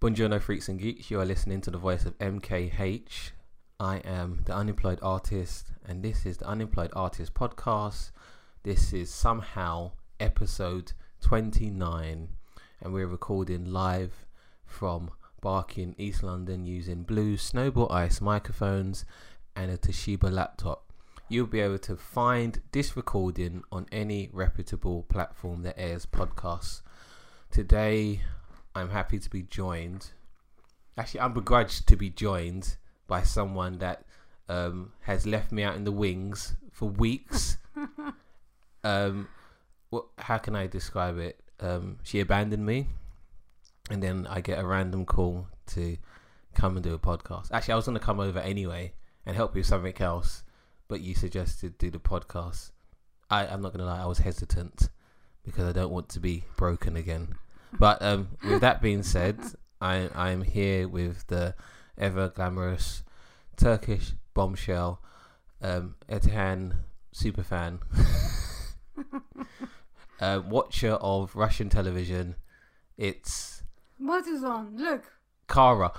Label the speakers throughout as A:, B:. A: Buongiorno, freaks and geeks. You are listening to the voice of MKH. I am the unemployed artist, and this is the Unemployed Artist Podcast. This is somehow episode 29, and we're recording live from Barking, East London, using blue snowball ice microphones and a Toshiba laptop. You'll be able to find this recording on any reputable platform that airs podcasts. Today, I'm happy to be joined. Actually, I'm begrudged to be joined by someone that um, has left me out in the wings for weeks. um, what, how can I describe it? Um, she abandoned me, and then I get a random call to come and do a podcast. Actually, I was going to come over anyway and help you with something else, but you suggested do the podcast. I, I'm not going to lie, I was hesitant because I don't want to be broken again. But um, with that being said, I, I'm here with the ever glamorous Turkish bombshell, um, Etihan superfan, uh, watcher of Russian television. It's
B: What is on? Look.
A: Kara.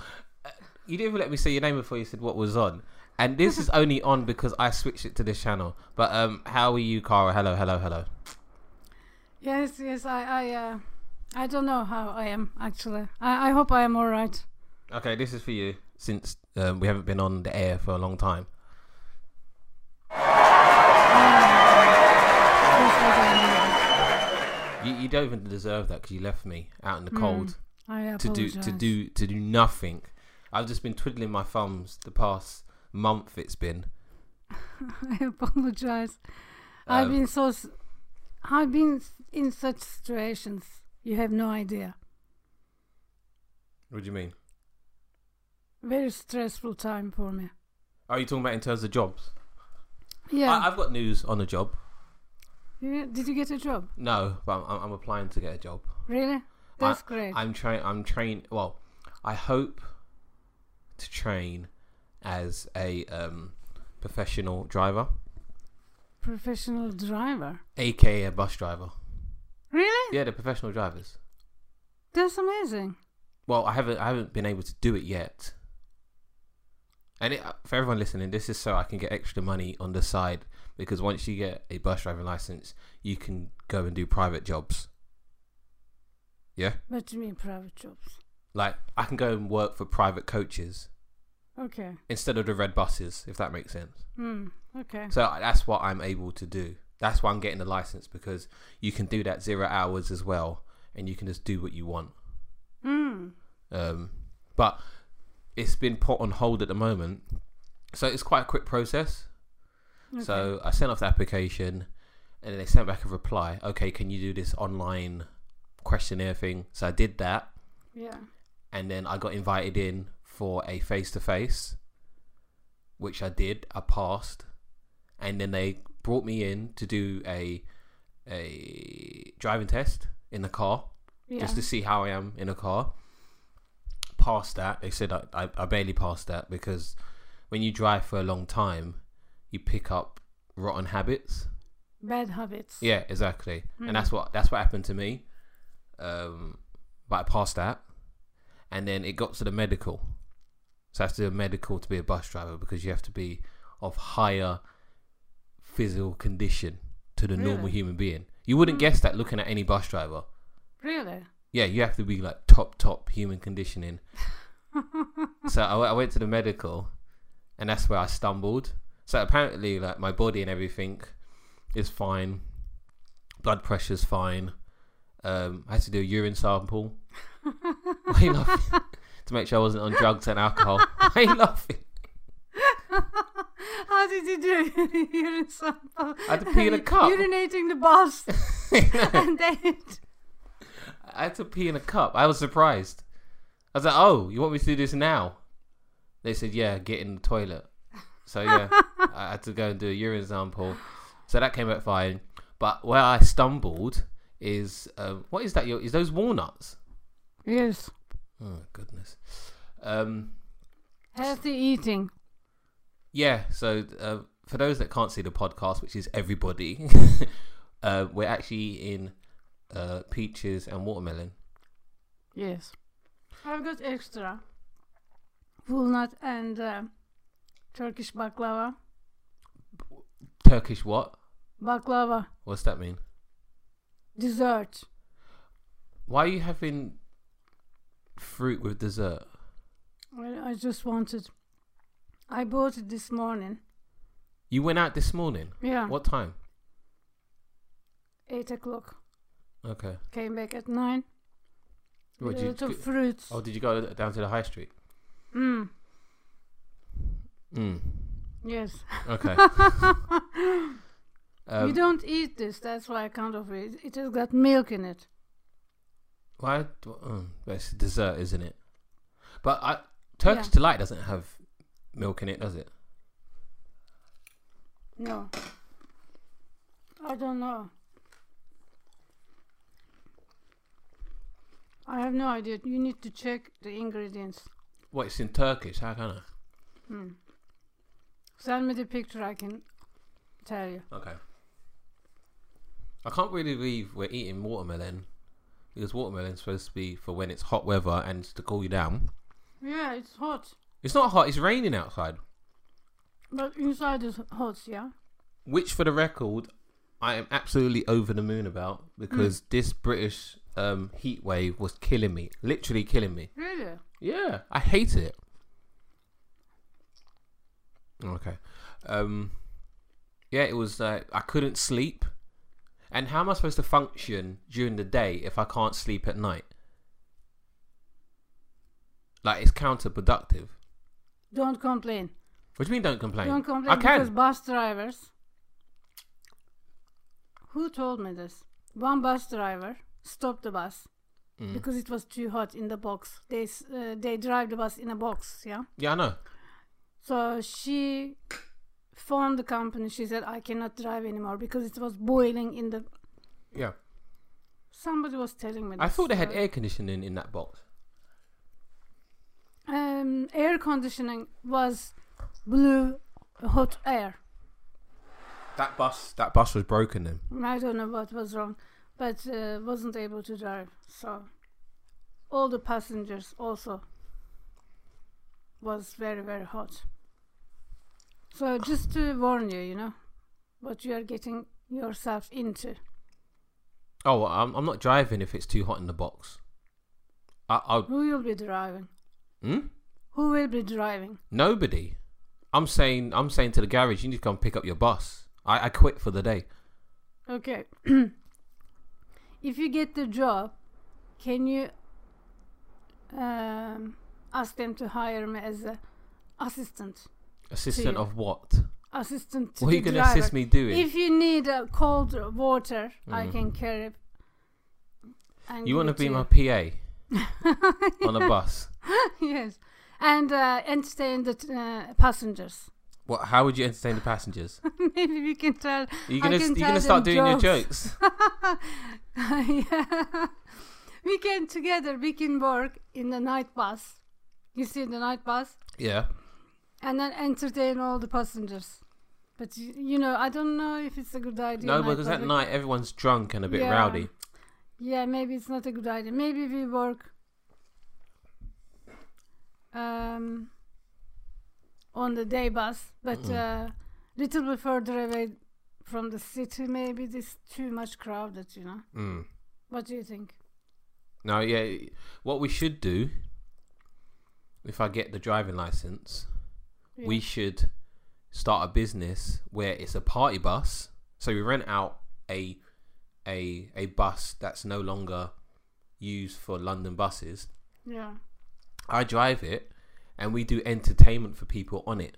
A: Uh, You didn't even let me say your name before you said what was on. And this is only on because I switched it to this channel. But um, how are you, Kara? Hello, hello, hello.
B: Yes, yes. I, I, uh, I don't know how I am actually. I, I hope I am all right.
A: Okay, this is for you since um, we haven't been on the air for a long time.
B: That's what I,
A: You, you don't even deserve that because you left me out in the cold
B: need. I
A: to do to
B: Mm, apologize.
A: do to do nothing. I've just been twiddling my thumbs the past month. It's been
B: I apologize. I've
A: Um,
B: been so. s- I've been s- in such situations. You have no idea.
A: What do you mean?
B: Very stressful time for me.
A: Are you talking about in terms of jobs?
B: Yeah.
A: I, I've got news on a job.
B: yeah. Did you get a job?
A: No, but I'm, I'm applying to get a job.
B: Really? That's great.
A: I'm trying. I'm train. Well, I hope to train as a um, professional driver,
B: Professional driver.
A: aka a bus driver.
B: Really?
A: Yeah, they're professional drivers.
B: That's amazing.
A: well, I haven't I haven't been able to do it yet. And it, uh, for everyone listening, this is so I can get extra money on the side because once you get a bus driving license, you can go and do private jobs. Yeah,
B: What do you mean private jobs?
A: like I can go and work for private coaches
B: Okay.
A: instead of the red buses, if that makes sense.
B: Hmm. Okay.
A: So that's what I'm able to do. That's why I'm getting the license because you can do that zero hours as well, and you can just do what you want.
B: Hmm.
A: um, but it's been put on hold at the moment. So it's quite a quick process. So I sent off the application, and then they sent back a reply. Okay, can you do this online questionnaire thing? So I did that,
B: Yeah.
A: and then I got invited in for a face to face, which I did. I passed, and then they brought me in to do a a driving test in the car
B: Yeah.
A: just to see how I am in a car. Past that, they said I, I, I barely passed that because when you drive for a long time, you pick up rotten habits.
B: Bad habits.
A: Yeah, exactly, and that's what that's what happened to me. Um, but I passed that, and then it got to the medical. So I have to do a medical to be a bus driver because you have to be of higher physical condition to the normal
B: Really?
A: human being. You wouldn't guess that looking at any bus driver.
B: Really?
A: Yeah, you have to be like top top human conditioning. so I, w- I went to the medical, and that's where I stumbled. So apparently, like my body and everything is fine. Blood pressure's fine. Um, I had to do a urine sample. Why are you laughing? to make sure I wasn't on drugs and alcohol. Why are you laughing?
B: How did you do urine sample?
A: I had to pee in a cup.
B: Urinating the bus and then
A: I had to pee in a cup. I was surprised. I was like, "Oh, you want me to do this now?" They said, "Yeah, get in the toilet." So yeah, I had to go and do a urine sample. So that came out fine. But where I stumbled is um, what is that? Your, is those walnuts?
B: Yes.
A: Oh goodness. Um,
B: Healthy eating.
A: yeah. So uh, for those that can't see the podcast, which is everybody, uh, we're actually in uh, peaches and watermelon.
B: Yes. I've got extra walnut and uh, Turkish baklava.
A: Turkish what?
B: Baklava
A: What's that mean?
B: dessert.
A: Why are you having fruit with dessert?
B: I, I just wanted. I bought it this morning.
A: You went out this morning.
B: Yeah,
A: What time?
B: eight o'clock.
A: Okay.
B: Came back at nine.
A: What,
B: with a
A: did
B: lot
A: you,
B: of fruits.
A: oh, did you go down to the high street?
B: Mm,
A: Mm.
B: yes.
A: Okay. um,
B: you don't eat this. That's why I can't offer it. It has got milk in it.
A: why? do- mm, but it's dessert, isn't it? But I, Turkish delight doesn't have milk in it, does it?
B: No. I don't know. I have no idea. You need to check the ingredients.
A: What? It's in Turkish. How can I?
B: Hmm. Send me the picture. I can tell you.
A: Okay. I can't really believe we're eating watermelon because watermelon's supposed to be for when it's hot weather and to cool you down.
B: Yeah, it's hot,
A: It's not hot. It's raining outside.
B: but inside is hot. Yeah.
A: which for the record I am absolutely over the moon about because
B: Hmm.
A: this British um, heat wave was killing me, literally killing me.
B: Really?
A: Yeah, I hate it. Okay, um, yeah, it was like I couldn't sleep, and how am I supposed to function during the day if I can't sleep at night? Like it's counterproductive.
B: Don't complain.
A: What do you mean? Don't complain.
B: Don't complain
A: I can.
B: because bus drivers. Who told me this? One bus driver stopped the bus
A: Mm.
B: because it was too hot in the box. They s- uh, they drive the bus in a box, yeah.
A: Yeah, I know.
B: So she phoned the company. She said, "I cannot drive anymore because it was boiling in the."
A: Yeah,
B: Somebody was telling me. This,
A: I thought they had
B: so-
A: air conditioning in that box.
B: um, air conditioning was blew hot air.
A: That bus, that bus was broken then.
B: I don't know what was wrong, but uh, wasn't able to drive. So all the passengers also was very very hot. So just to warn you, you know what you are getting yourself into.
A: Oh, well, I'm, I'm not driving if it's too hot in the box. I, I,
B: Who will be driving?
A: hmm?
B: Who will be driving?
A: Nobody. I'm saying, I'm saying to the garage, you need to come pick up your bus. I, I quit for the day.
B: Okay. if you get the job, can you um, ask them to hire me as a assistant?
A: Assistant
B: you.
A: of what?
B: Assistant to
A: what are
B: the
A: you going to
B: driver.
A: assist me doing?
B: If you need uh, cold water, I
A: Mhm.
B: can carry. it And
A: you
B: give
A: want to
B: it
A: be my
B: you.
A: PA on a bus?
B: yes, and uh, entertain the uh, passengers.
A: What? How would you entertain the passengers?
B: Maybe we can tell.
A: Are you
B: I
A: gonna,
B: can
A: you
B: tell
A: gonna start
B: them
A: doing your jokes?
B: yeah. We can together. We can work in the night bus. You see the night bus,
A: yeah.
B: and then entertain all the passengers. But you, you know, I don't know if it's a good idea.
A: No,
B: night
A: because
B: bus.
A: at night everyone's drunk and a bit
B: Yeah.
A: rowdy.
B: Yeah, maybe it's not a good idea. Maybe we work um, on the day bus, but uh, little bit further away from the city. Maybe it's too much crowded. You know.
A: Mm.
B: What do you think?
A: No, yeah. What we should do, if I get the driving license,
B: Yeah.
A: we should start a business where it's a party bus. So we rent out a a a bus that's no longer used for London buses.
B: Yeah.
A: I drive it, and we do entertainment for people on it.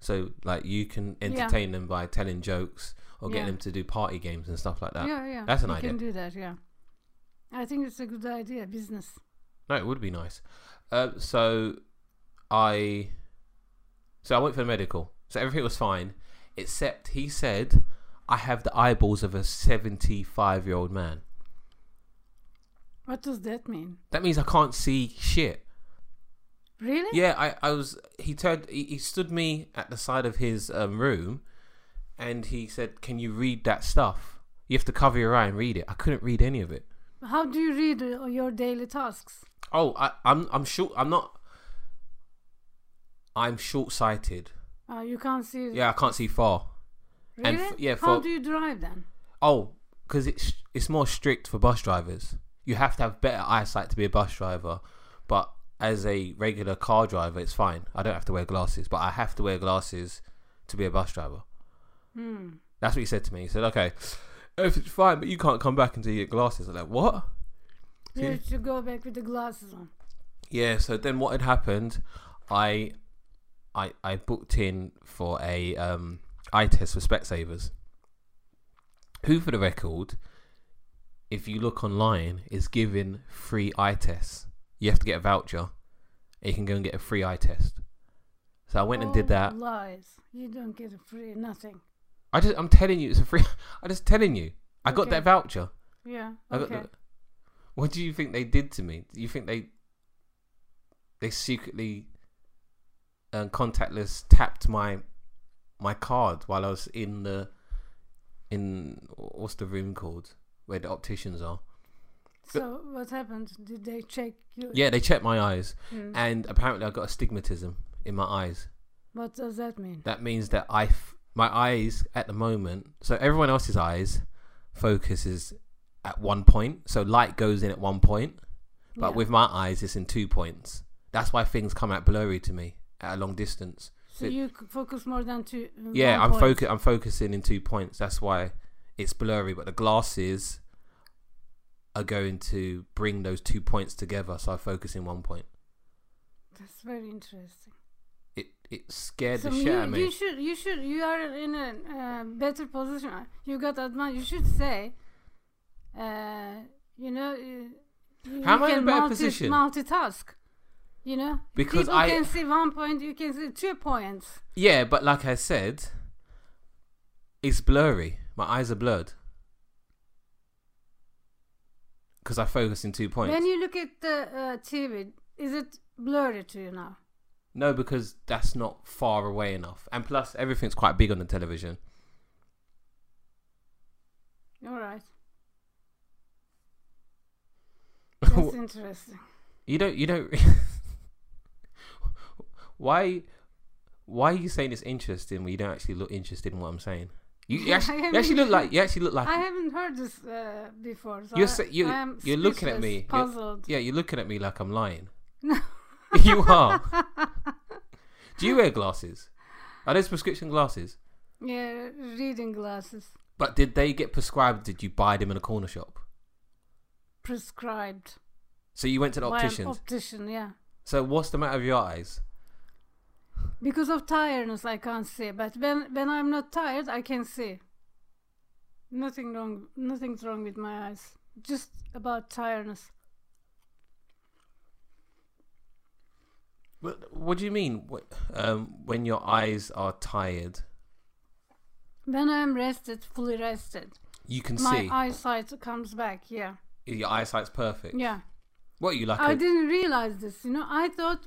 A: So like you can entertain them by telling jokes or getting
B: Yeah.
A: them to do party games and stuff like that.
B: yeah, yeah.
A: Ah, that's an
B: we
A: idea.
B: can do that. Yeah. I think it's a good idea. Business.
A: No, it would be nice. Uh, so I so I went for the medical. So everything was fine, except he said I have the eyeballs of a seventy-five-year-old man.
B: What does that mean?
A: That means I can't see shit.
B: Really?
A: Yeah, I, I was. He turned. He, he stood me at the side of his um, room, and he said, "Can you read that stuff? You have to cover your eye and read it." I couldn't read any of it.
B: How do you read uh, your daily tasks?
A: Oh, I, I'm I'm short. I'm not. I'm short sighted.
B: Uh, you can't see.
A: Yeah, I can't see far.
B: Really?
A: and f- yeah,
B: How
A: for-
B: do you drive then?
A: Oh, because it's it's more strict for bus drivers. You have to have better eyesight to be a bus driver, but as a regular car driver, it's fine. I don't have to wear glasses, but I have to wear glasses to be a bus driver.
B: Hmm.
A: That's what he said to me. He said, "Okay, everything's fine, but you can't come back until you get glasses." I'm like, "What?"
B: You
A: See?
B: have to go back with the glasses on.
A: Yeah, so then what had happened, I I I booked in for a um eye test for Specsavers. Who for the record, if you look online, is giving free eye tests. You have to get a voucher. And you can go and get a free eye test. So I went and
B: All
A: did that.
B: Oh, Lies. You don't get a free nothing.
A: I just I'm telling you it's a free I just telling you. I got
B: Okay.
A: that voucher.
B: Yeah.
A: I got
B: okay.
A: the, What do you think they did to me? Do you think they they secretly um, contactless tapped my my card while I was in the in what's the room called where the opticians are?
B: so what happened? Did they check you?
A: Yeah, they checked my eyes,
B: Hmm.
A: and apparently I got astigmatism in my eyes.
B: What does that mean?
A: That means that I f- my eyes at the moment. So everyone else's eyes focuses at one point. So light goes in at one point. But
B: Yeah.
A: with my eyes, it's in two points. That's why things come out blurry to me at a long distance.
B: so
A: it-
B: you c- focus more than two.
A: Yeah,
B: one
A: I'm
B: point.
A: focus. I'm focusing in two points. That's why it's blurry. But the glasses are going to bring those two points together, so I focus in one point.
B: That's very interesting.
A: It it scared
B: So
A: the shit
B: you,
A: out of
B: you
A: me.
B: should you should you are in a uh, better position. You got advantage. You should say, uh, you know, you, you
A: How am I in
B: can
A: a better
B: multi-
A: position?
B: Multitask. You know,
A: Because
B: people
A: I-
B: can see one point. You can see two points.
A: Yeah, but like I said, it's blurry. My eyes are blurred because I focus in two points.
B: When you look at the uh, TV, is it blurry to you now?
A: No, because that's not far away enough. And plus, everything's quite big on the television.
B: All right, that's interesting.
A: you don't. You don't. why? Why are you saying it's interesting when you don't actually look interested in what I'm saying? You, you
B: I
A: actually, you
B: haven't-
A: actually look like you actually look like
B: I haven't heard this uh, before. So
A: You're
B: I,
A: sa- you-
B: I am
A: you're looking at
B: speechless,
A: me. You're-
B: puzzled.
A: yeah. You're looking at me like I'm lying.
B: No.
A: you are. Do you wear glasses? Are those prescription glasses?
B: yeah, reading glasses
A: But did they get prescribed? Did you buy them in a corner shop?
B: prescribed.
A: So you went to the
B: By an
A: opticians.
B: optician, yeah.
A: so what's the matter with your eyes?
B: Because of tiredness, I can't see. But when when I'm not tired, I can see. Nothing wrong. Nothing's wrong with my eyes. Just about tiredness.
A: What, what do you mean? What, um, when your eyes are tired,
B: When I'm rested, fully rested,
A: you can
B: my
A: see
B: eyesight comes back. Yeah,
A: your eyesight's perfect.
B: yeah.
A: What are you like?
B: I
A: a-
B: didn't realize this. You know, I thought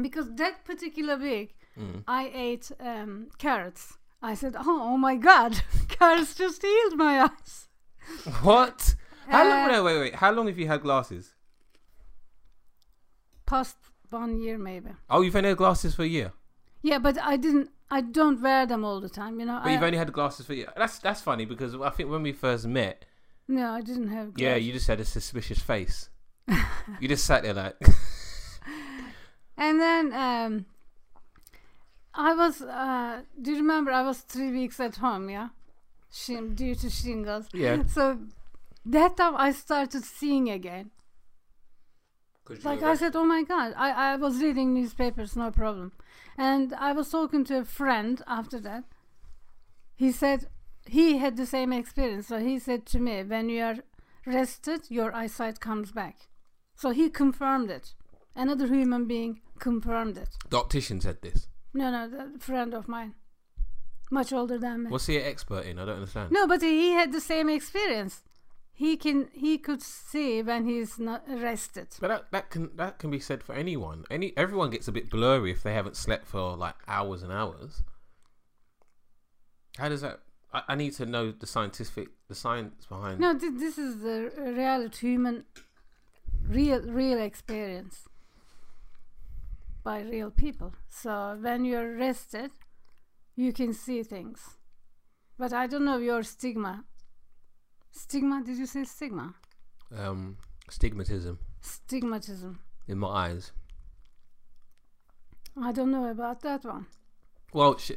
B: because that particular week
A: Mm.
B: I ate um, carrots. I said, "Oh, oh my God, carrots just healed my eyes."
A: What? How
B: Uh,
A: long? No, wait, wait. How long have you had glasses?
B: Past one year, maybe.
A: Oh, you've only had glasses for a year.
B: Yeah, but I didn't. I don't wear them all the time, you know.
A: But
B: I,
A: you've only had glasses for a year. That's that's funny because I think when we first met,
B: no, I didn't have. Gloves.
A: yeah, you just had a suspicious face. you just sat there like,
B: And then um, I was. Uh, do you remember? I was three weeks at home. Yeah, Shin, due to shingles.
A: yeah.
B: So that time I started seeing again. Like I said, oh my god, I, I was reading newspapers, no problem. And I was talking to a friend after that. He said he had the same experience. So he said to me, when you are rested, your eyesight comes back. So he confirmed it. Another human being confirmed it.
A: the optician said this.
B: No, no, the friend of mine, much older than me.
A: What's he an expert in? I don't understand.
B: No, but he had the same experience. He can he could see when he's not rested.
A: But that, that can that can be said for anyone. Any everyone gets a bit blurry if they haven't slept for like hours and hours. How does that? I, I need to know the scientific the science behind.
B: No, th- this is the reality human real real experience by real people. So when you're arrested, you can see things. But I don't know your stigma. Stigma? Did you say stigma?
A: Um, stigmatism
B: Stigmatism.
A: in my eyes.
B: I don't know about that one.
A: Well, she,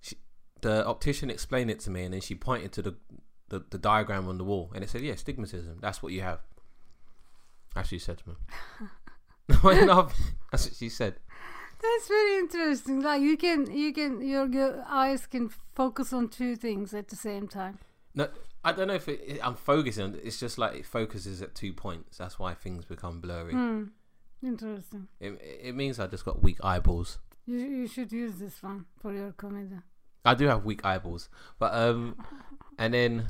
A: she, the optician explained it to me, and then she pointed to the, the the diagram on the wall, and it said, "Yeah, stigmatism. That's what you have." That's what she said to me. No, enough. That's what she said.
B: That's very interesting. Like you can, you can, your, your eyes can focus on two things at the same time.
A: No, I don't know if it, it- I'm focusing. on it. It's just like it focuses at two points. That's why things become blurry.
B: Hmm. Interesting.
A: It, it means I just got weak eyeballs.
B: You you should use this one for your comedy.
A: I do have weak eyeballs, but um, and then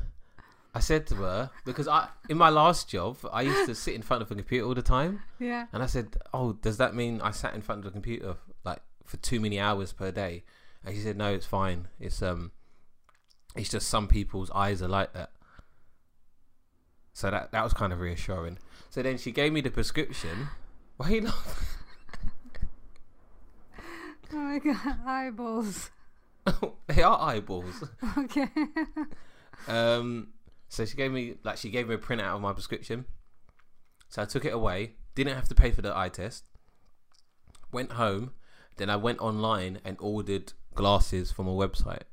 A: I said to her because I in my last job I used to sit in front of a computer all the time,
B: Yeah.
A: and I said, "Oh, does that mean I sat in front of the computer like for too many hours per day?" And she said, "No, it's fine. It's um, it's just some people's eyes are like that." So that that was kind of reassuring. So then she gave me the prescription. Why are you laughing?
B: Oh my god, eyeballs.
A: they are eyeballs.
B: Okay.
A: Um, so she gave me like she gave me a printout of my prescription. So I took it away. Didn't have to pay for the eye test. Went home. Then I went online and ordered glasses from a website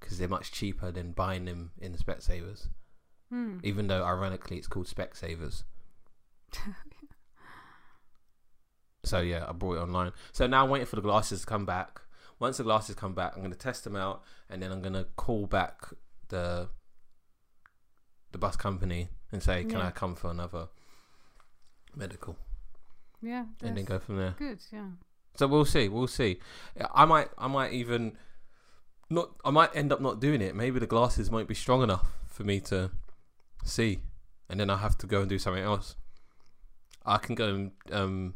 A: because they're much cheaper than buying them in the Specsavers.
B: Hmm.
A: Even though ironically it's called Specsavers. So yeah, I bought it online. So now I'm waiting for the glasses to come back. Once the glasses come back, I'm gonna test them out, and then I'm gonna call back the the bus company and say, "Can
B: Yeah.
A: I come for another medical?"
B: yeah.
A: and then
B: That's
A: go from there.
B: good. Yeah.
A: So we'll see. We'll see. I might. I might even not. I might end up not doing it. Maybe the glasses won't be strong enough for me to see, and then I have to go and do something else. I can go and um,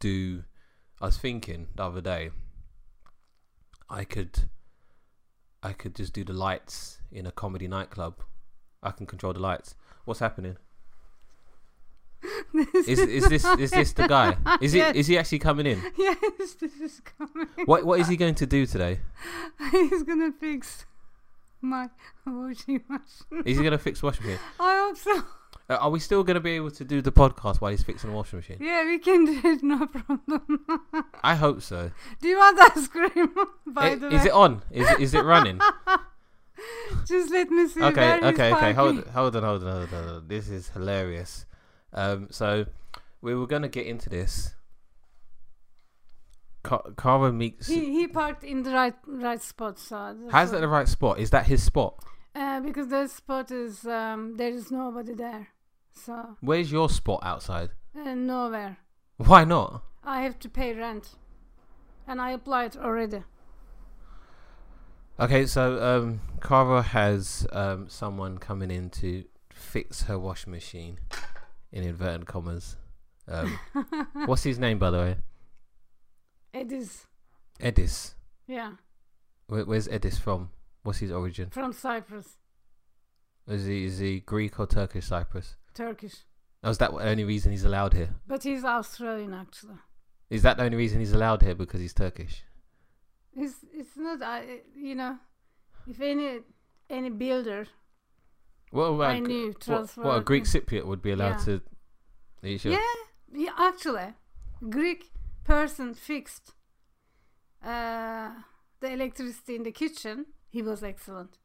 A: do. I was thinking the other day. I could. I could just do the lights in a comedy nightclub. I can control the lights. What's happening? Is is this is this the guy? Is
B: yes.
A: it is he actually coming in?
B: Yes, this is coming.
A: What what is he going to do today?
B: He's gonna fix my washing machine.
A: Is he going to fix the washing machine?
B: I hope so.
A: Uh, are we still going to be able to do the podcast while he's fixing the washing machine?
B: Yeah, we can do it, no problem.
A: I hope so.
B: do you want ice cream? By
A: I-
B: the
A: Eh, is
B: way,
A: it on? Is it, is it running?
B: just let me see
A: okay,
B: where
A: okay,
B: he's
A: okay. Hold,
B: parking.
A: hold on, hold on, hold on, hold on. This is hilarious. Um, so we were going to get into this. Ka- Kara meets.
B: He he parked in the right right spot. So that's
A: How's that
B: all.
A: the right spot? Is that his spot?
B: Uh, because that spot is um, there is nobody there, so
A: Where's your spot outside?
B: uh, nowhere.
A: Why not?
B: I have to pay rent, and I applied already.
A: Okay, so um, Cara has um, someone coming in to fix her washing machine, in inverted commas. Um, what's his name, by the way?
B: It is
A: Edis.
B: yeah
A: Where, where's Edis from? What's his origin?
B: from Cyprus,
A: Is he is he Greek or Turkish Cyprus?
B: Turkish,
A: Oh, is that the only reason he's allowed here?
B: but he's Australian actually.
A: Is that the only reason he's allowed here because he's Turkish?
B: It's it's not uh, you know, if any any builder
A: What about
B: I
A: Gr-
B: knew
A: what,
B: transfer
A: what a
B: working.
A: Greek Cypriot would be allowed
B: Yeah.
A: to? Are you sure?
B: Yeah, yeah, actually, Greek person fixed uh, the electricity in the kitchen. He was excellent,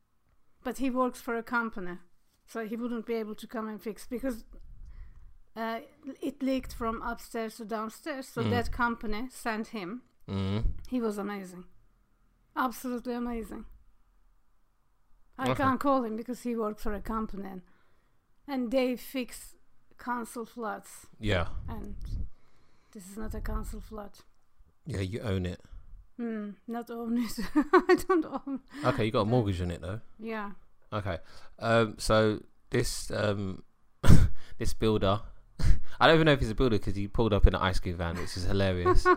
B: but he works for a company, so he wouldn't be able to come and fix because uh, it leaked from upstairs to downstairs. So
A: Mm.
B: that company sent him.
A: Mm.
B: He was amazing, absolutely amazing. I
A: Okay.
B: can't call him because he works for a company, and, and they fix council flats
A: Yeah.
B: and this is not a council flat.
A: Yeah. You own it.
B: Hmm, not own it. I don't own.
A: Okay, you got a mortgage on it though.
B: Yeah.
A: Okay. Um, so this um, this builder, I don't even know if he's a builder because he pulled up in an ice cream van, which is hilarious.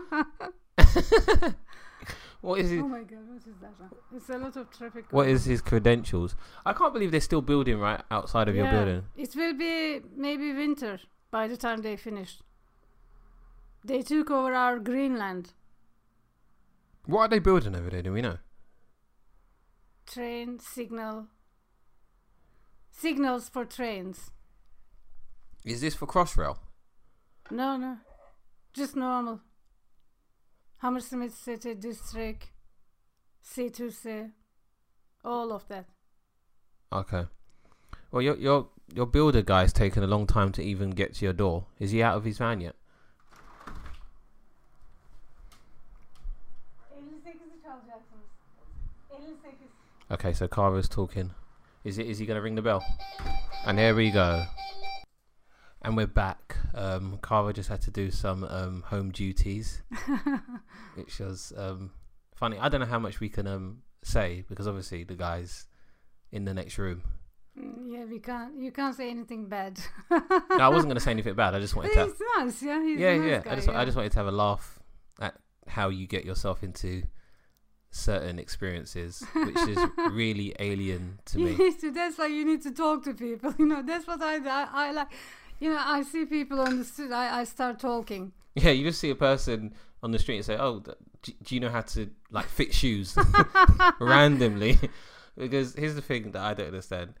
A: what is his,
B: Oh my god, what is that? one? It's a lot of traffic.
A: what
B: going
A: is his credentials? I can't believe they're still building right outside
B: on.
A: of your
B: Yeah,
A: building.
B: It will be maybe winter by the time they finished. They took over our Greenland
A: What are they building over there? Do we know?
B: train signal. Signals for trains.
A: Is this for Crossrail?
B: No, no. Just normal. Hammersmith City District, C2C, all of that.
A: Okay. Well, your your your builder guy's taken a long time to even get to your door. Is he out of his van yet? Okay, so Kara's talking. Is it? Is he gonna ring the bell? And here we go. And we're back. Um, Kara just had to do some um, home duties, which was um, funny. I don't know how much we can um, say because obviously the guys in the next room.
B: Mm, yeah, we can't. You can't say anything bad.
A: No, I wasn't gonna say anything bad. I just wanted to.
B: He's nice, yeah. He's a
A: yeah,
B: nice
A: yeah.
B: Guy,
A: I just, I just wanted to have a laugh at how you get yourself into certain experiences, which is really alien to
B: you
A: me.
B: need to. That's like you need to talk to people. You know, that's what I I, I like. You know, I see people on the street. I, I start talking.
A: Yeah, you just see a person on the street and say, "Oh, th- d- do you know how to like fit shoes?" Randomly, because here's the thing that I don't understand: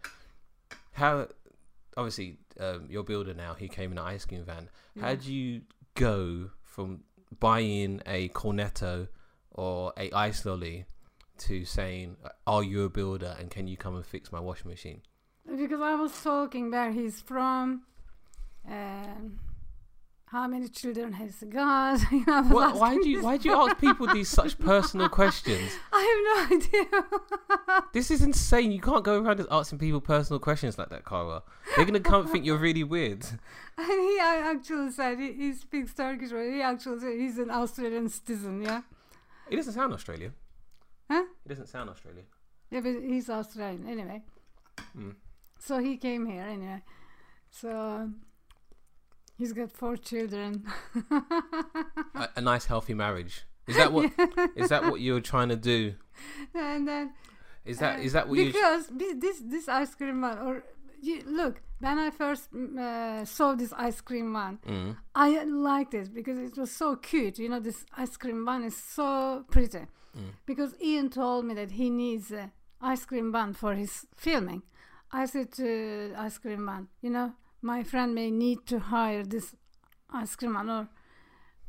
A: how obviously um, your builder now he came in an ice cream van. How do you go from buying a cornetto or a ice lolly to saying, "Are you a builder and can you come and fix my washing machine?"
B: Because I was talking where he's from, um, how many children has he got? You know, I was
A: Why, why
B: asking
A: do you
B: this-
A: why do you ask people these such personal questions?
B: I have no idea.
A: This is insane. You can't go around just asking people personal questions like that, Kara. They're gonna come think you're really weird.
B: and he I actually said he, he speaks Turkish, but he actually said he's an Australian citizen. Yeah,
A: It doesn't sound Australian.
B: Huh?
A: It doesn't sound Australian.
B: yeah, but he's Australian anyway.
A: Mm.
B: So he came here anyway. So um, he's got four children.
A: A, a nice, healthy marriage. Is that what? Is that what you're trying to do?
B: and then
A: Is that
B: Uh,
A: is that what you?
B: because thi- this this ice cream man or you, look when I first mm, uh, saw this ice cream man,
A: Mm.
B: I liked it because it was so cute. You know, this ice cream bun is so pretty.
A: Mm.
B: Because Ian told me that he needs a ice cream bun for his filming. I said to uh, ice cream bun, you know, my friend may need to hire this ice cream bun, or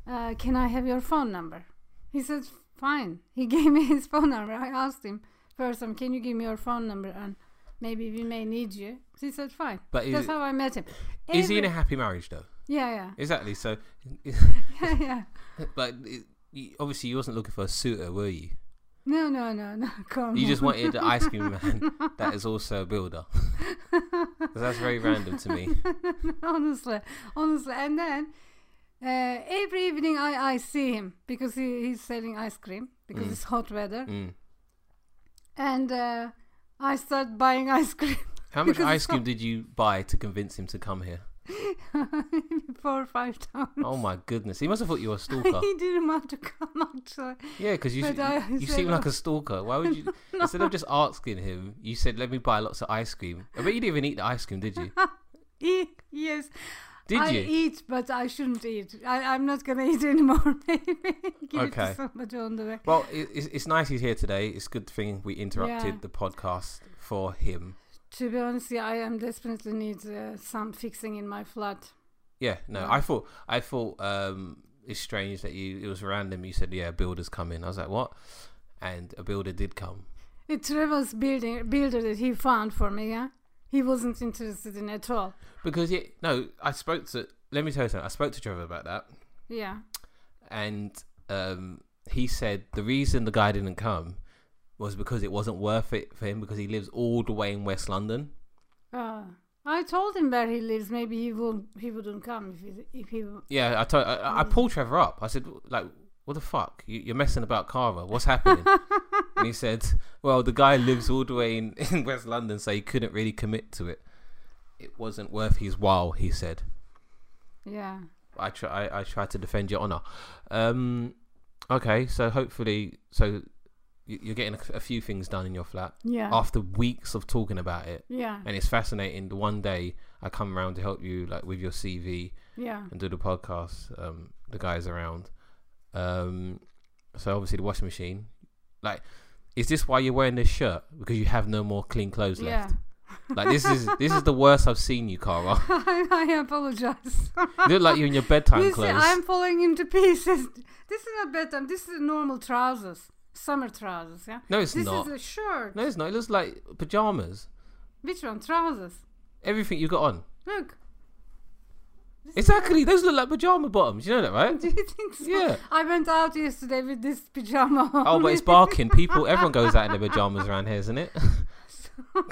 B: uh, can I have your phone number? He said, fine. He gave me his phone number. I asked him first time, can you give me your phone number and maybe we may need you. He said, fine.
A: But is
B: That's
A: it-
B: how I met him.
A: Is he in
B: Every-
A: a happy marriage though?
B: Yeah, yeah.
A: Exactly. So,
B: yeah, yeah.
A: but it, you, obviously you wasn't looking for a suitor, were you?
B: No, no, no, no. Come
A: You just
B: on.
A: wanted the ice cream man that is also a builder. 'Cause that's very random to me.
B: honestly, honestly. And then uh, every evening I, I see him because he, he's selling ice cream because it's hot weather,
A: Mm.
B: and uh, I start buying ice cream.
A: How much
B: Because
A: ice cream did you buy to convince him to come here?
B: Four or five times.
A: Oh my goodness, he must have thought you were a stalker.
B: He didn't want to come actually.
A: Yeah, because you
B: But
A: s-
B: I
A: you
B: said
A: seem
B: no.
A: like a stalker. Why would you instead of just asking him, you said, "Let me buy lots of ice cream." I bet you didn't even eat the ice cream, did you?
B: E- yes.
A: Did
B: I
A: you?
B: eat, but I shouldn't eat. I, I'm not gonna eat anymore. Maybe give it
A: Okay.
B: to somebody on the way.
A: Well, it, it's, it's nice he's here today. It's a good thing we interrupted
B: Yeah.
A: the podcast for him.
B: To be honest, yeah, I am desperately need uh, some fixing in my flat.
A: Yeah, no,
B: Yeah.
A: I thought I thought um, it's strange that you it was random. You said, "Yeah, a builder's come in." I was like, "What?" And a builder did come.
B: It Trevor's building builder that he found for me. Yeah, he wasn't interested in at all.
A: Because yeah, no, I spoke to. Let me tell you something. I spoke to Trevor about that.
B: Yeah,
A: and um, he said the reason the guy didn't come was because it wasn't worth it for him because he lives all the way in West London.
B: uh, I told him where he lives. Maybe he won't. He wouldn't come if he if he.
A: Yeah, I told, I- I, I pulled Trevor up. I said, like, what the fuck? You, you're messing about Cara. What's happening? and he said, well, the guy lives all the way in, in West London, so he couldn't really commit to it. It wasn't worth his while, he said.
B: Yeah,
A: I try, I, I try to defend your honor. Um, okay, so hopefully, so you- you're getting a, a few things done in your flat
B: Yeah.
A: after weeks of talking about it.
B: yeah.
A: And it's fascinating. The one day I come around to help you, like with your CV
B: Yeah.
A: and do the podcast, um, the guys around. Um, so obviously the washing machine. Like, is this why you're wearing this shirt? Because you have no more clean clothes
B: Yeah.
A: left. Like this is this is the worst I've seen you, Cara.
B: I, I apologize.
A: you look like you're in your bedtime
B: You see,
A: clothes.
B: I'm falling into pieces. This is not bedtime. This is normal trousers, summer trousers. Yeah.
A: No, it's
B: this
A: not.
B: is a shirt.
A: No, it's not. It looks like pajamas.
B: Which one? Trousers.
A: Everything you got on.
B: Look.
A: Exactly. Those look like pajama bottoms. You know that, right?
B: Do you think so?
A: Yeah.
B: I went out yesterday with this pajama.
A: Oh,
B: on.
A: but it's barking. People, everyone goes out in their pajamas around here, isn't it?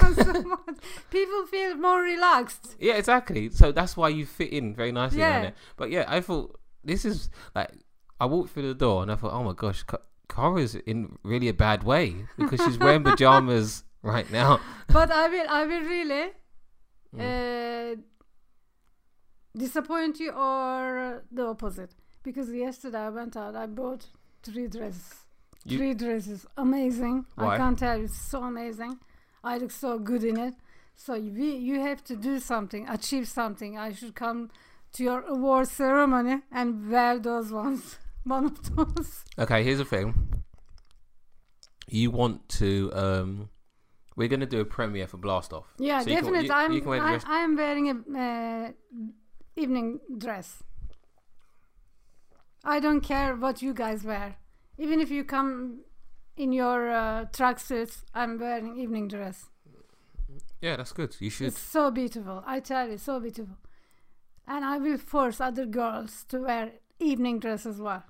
B: So what? People feel more relaxed.
A: yeah, exactly. So that's why you fit in very nicely around
B: Yeah.
A: it. But yeah, I thought this is like I walked through the door and I thought, oh my gosh, Ka- Cara's in really a bad way because she's wearing pajamas right now.
B: But I will, I will really
A: Mm.
B: uh, disappoint you or the opposite. Because yesterday I went out, I bought three dresses.
A: You-
B: three dresses, amazing.
A: Why?
B: I can't tell you, it's so amazing. I look so good in it. So we, you have to do something, achieve something. I should come to your award ceremony and wear those ones. One of those.
A: Okay, here's the thing. You want to? um We're gonna do a premiere for Blast Off.
B: Yeah,
A: So you can-
B: definitely.
A: you-
B: I'm,
A: you can wear the
B: I,
A: dress-
B: I'm wearing a uh, evening dress. I don't care what you guys wear. Even if you come in your uh, tracksuits, I'm wearing evening dress.
A: Yeah, that's good. You should.
B: It's so beautiful. I tell you, so beautiful. And I will force other girls to wear evening dress as well.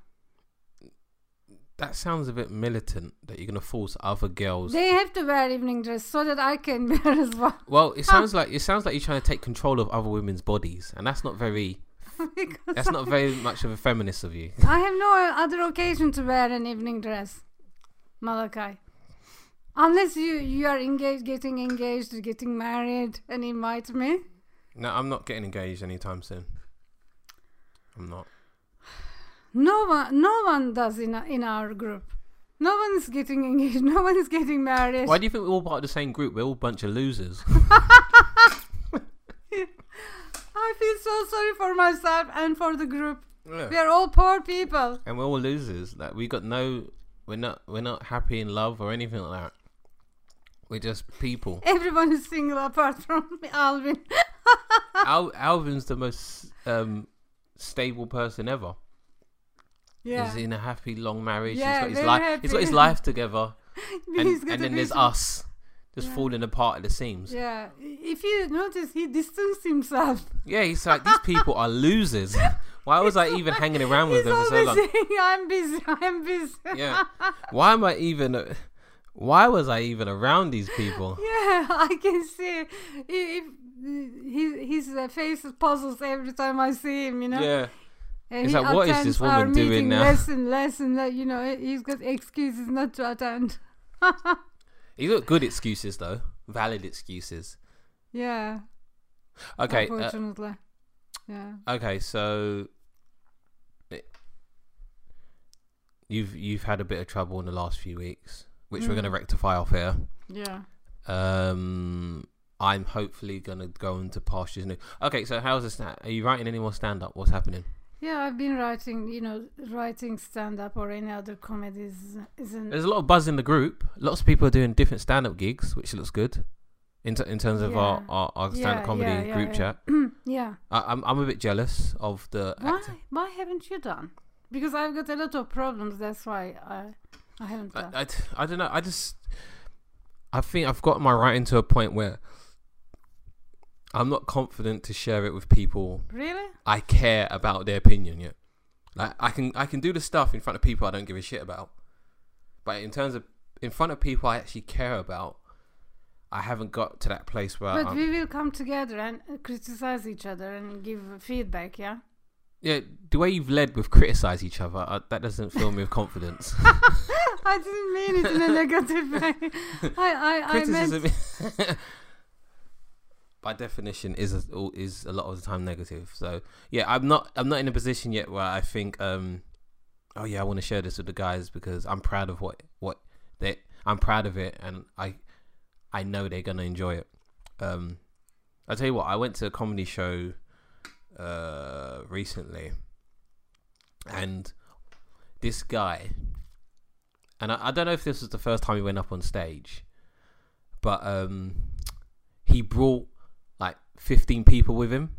A: That sounds a bit militant that you're gonna force other girls.
B: They have to wear evening dress so that I can wear as well.
A: Well, it sounds like it sounds like you're trying to take control of other women's bodies, and that's not very
B: because
A: that's not very much of a feminist of you.
B: I have no other occasion to wear an evening dress, Malachi. Unless you you are engaged, getting engaged, getting married, and invite me.
A: No, I'm not getting engaged anytime soon. I'm not.
B: No one, no one does in our- in our group. No one is getting engaged. No one is getting married.
A: Why do you think we're all part of the same group? We're all a bunch of losers.
B: I feel so sorry for myself and for the group. We
A: Yeah.
B: are all poor people.
A: And we're all losers. Like we got no, we're not we're not happy in love or anything like that. We're just people.
B: Everyone is single apart from me, Alvin.
A: Al- Alvin's the most um, stable person ever.
B: Yeah,
A: He's in a happy long marriage.
B: Yeah,
A: he's got his
B: very
A: life. He's got his
B: happy.
A: life together. and,
B: He's got
A: and
B: a
A: then there's
B: beautiful-
A: us just
B: Yeah.
A: falling apart at the seams. Yeah.
B: Yeah, if you notice, he distanced himself.
A: he's like, these people are losers. Why was I even hanging around with
B: He's
A: them for so
B: always
A: long?
B: saying, "I'm busy. I'm busy."
A: Yeah. Why am I even. Why was I even around these people?
B: Yeah, I can see. If, if his his uh, face puzzles every time I see him, you know.
A: Yeah.
B: And
A: It's
B: he
A: like, what is this
B: attends our
A: woman doing
B: meeting
A: now?
B: Less and less and less. You know, he- he's got excuses not to attend.
A: He's got good excuses, though. Valid excuses.
B: Yeah.
A: Okay. uh,
B: Unfortunately. yeah.
A: okay, so. You've you've had a bit of trouble in the last few weeks, which we're
B: Mm.
A: going to rectify off here.
B: Yeah.
A: Um, I'm hopefully gonna go into pastures new. Okay, so how's the stand? Are you writing any more stand up? What's happening?
B: Yeah, I've been writing, you know, writing stand up or any other comedies isn't
A: There's a lot of buzz in the group. Lots of people are doing different stand up gigs, which looks good. In, t- in terms of our,
B: Yeah.
A: our, our stand up
B: Yeah,
A: comedy
B: yeah, yeah,
A: group
B: yeah.
A: chat,
B: yeah.
A: I, I'm I'm a bit jealous of the.
B: Why?
A: acti-
B: Why haven't you done? Because I've got a lot of problems. That's why I, I haven't done.
A: I, I, I don't know. I just I think I've got my writing to a point where I'm not confident to share it with people
B: really?
A: I care about their opinion yet. Like I can I can do the stuff in front of people I don't give a shit about. But in terms of in front of people I actually care about, I haven't got to that place where
B: But
A: I'm,
B: we will come together and uh, criticize each other and give feedback. Yeah.
A: yeah, the way you've led with criticize each other, uh, that doesn't fill me with confidence.
B: I didn't mean it in a negative way. I, I, I meant.
A: Criticism by definition is a, is a lot of the time negative. So yeah, I'm not I'm not in a position yet where I think um oh yeah, I want to share this with the guys because I'm proud of what what They, I'm proud of it, and I, I know they're gonna enjoy it. Um, I tell you what, I went to a comedy show uh, recently, and this guy, and I, I don't know if this was the first time he went up on stage, but um, he brought like 15 people with him.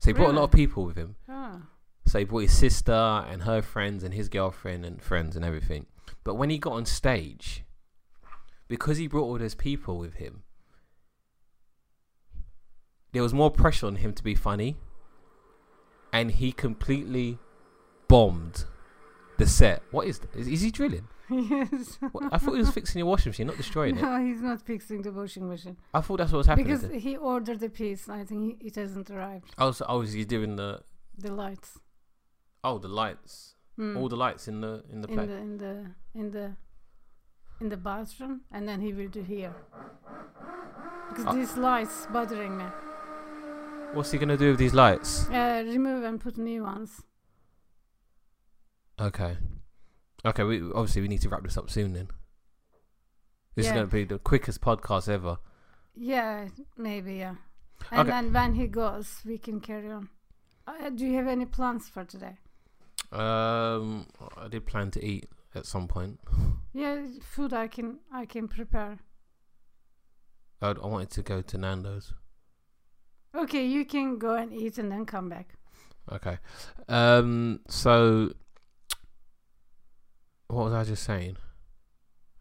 A: So he brought a lot of people with him.
B: Ah.
A: So he brought his sister and her friends and his girlfriend and friends and everything. But when he got on stage, because he brought all those people with him, there was more pressure on him to be funny. And he completely bombed the set. What is th- Is, is he drilling?
B: yes.
A: What, I thought he was fixing your washing machine, not destroying it.
B: No, he's not fixing the washing machine
A: I thought that's what was happening.
B: because he ordered the piece. I think he, it hasn't arrived.
A: I was, I was he's doing the
B: The lights.
A: oh the lights,
B: Mm.
A: all the lights in the in the play.
B: in the in the in the in the bathroom, and then he will do here because
A: Ah.
B: these lights bothering me.
A: What's he gonna do with these lights?
B: Uh, remove and put new ones.
A: Okay, okay. We obviously we need to wrap this up soon. Then this
B: Yeah.
A: is gonna be the quickest podcast ever.
B: Yeah, maybe yeah. And
A: Okay.
B: then when he goes, we can carry on. Uh, do you have any plans for today?
A: Um, I did plan to eat at some point.
B: Yeah, food I can I can prepare.
A: I, I wanted to go to Nando's.
B: Okay, you can go and eat and then come back.
A: Okay. Um. So, what was I just saying?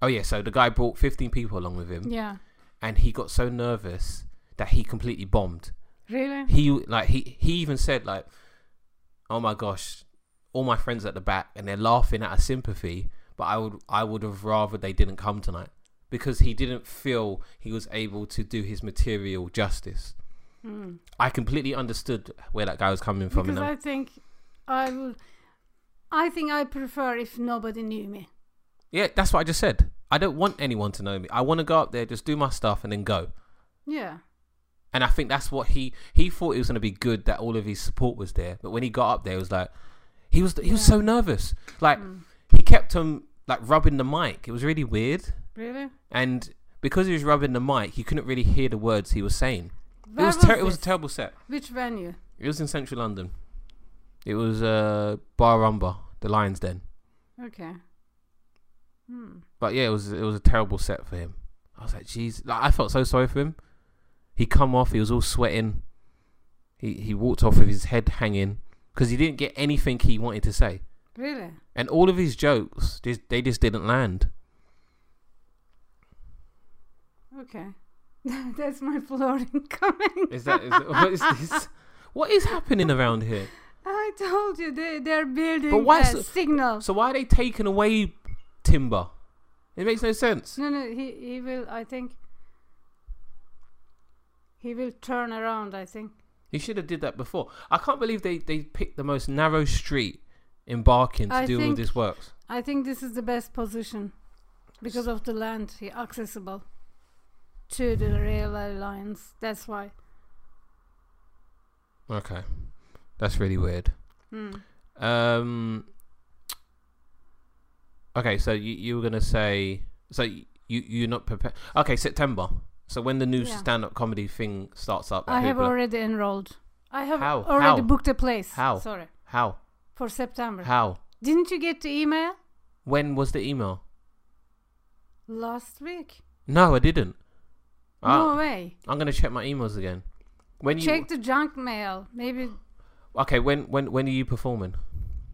A: Oh yeah. So the guy brought fifteen people along with him,
B: Yeah,
A: and he got so nervous that he completely bombed.
B: really?
A: he like he he even said like oh my gosh all my friends at the back and they're laughing out of sympathy but i would i would have rather they didn't come tonight because he didn't feel he was able to do his material justice
B: Mm.
A: i completely understood where that guy was coming from
B: Because
A: and
B: I think I would. I think I prefer if nobody knew me.
A: yeah that's what i just said i don't want anyone to know me i want to go up there just do my stuff and then go
B: Yeah.
A: and i think that's what he he thought it was going to be good that all of his support was there but when he got up there it was like he was he was
B: Yeah.
A: so nervous like
B: Mm.
A: he kept on like rubbing the mic. It was really weird,
B: Really?
A: and because he was rubbing the mic, you couldn't really hear the words he was saying.
B: Where
A: it was, ter- it was a
B: this?
A: terrible set.
B: Which venue?
A: It was in central London. It was uh, Bar Rumba, the Lions Den.
B: Okay. Hmm.
A: But yeah, it was it was a terrible set for him. I was like, jeez, like, I felt so sorry for him. He come off, he was all sweating. He he walked off with his head hanging because he didn't get anything he wanted to say,
B: Really?
A: and all of his jokes just, they just didn't land.
B: Okay. That's my flooring coming.
A: Is that is, what is this? What is happening around here?
B: I told you they they're building
A: But why
B: uh,
A: so-
B: signals.
A: So why are they taking away timber? It makes no sense.
B: No, no. He he will. I think. He will turn around. I think.
A: He should have did that before. I can't believe they they picked the most narrow street in Barking to
B: I
A: do all
B: think-
A: this works.
B: I think this is the best position because of the land here, accessible to the railway lines. That's why.
A: Okay, that's really weird.
B: Hmm.
A: Um. Okay, so you you were gonna say so you you're not prepared. Okay, September. So when the new
B: Yeah.
A: stand-up comedy thing starts up,
B: I have
A: people are-
B: already enrolled. I have
A: How? How?
B: already booked a place.
A: How?
B: Sorry.
A: how
B: For September.
A: how
B: Didn't you get the email
A: when was the email?
B: last week?
A: No, I didn't. Ah.
B: No way.
A: I'm gonna check my emails again. When you
B: Check the junk mail. Maybe
A: okay? When when when are you performing?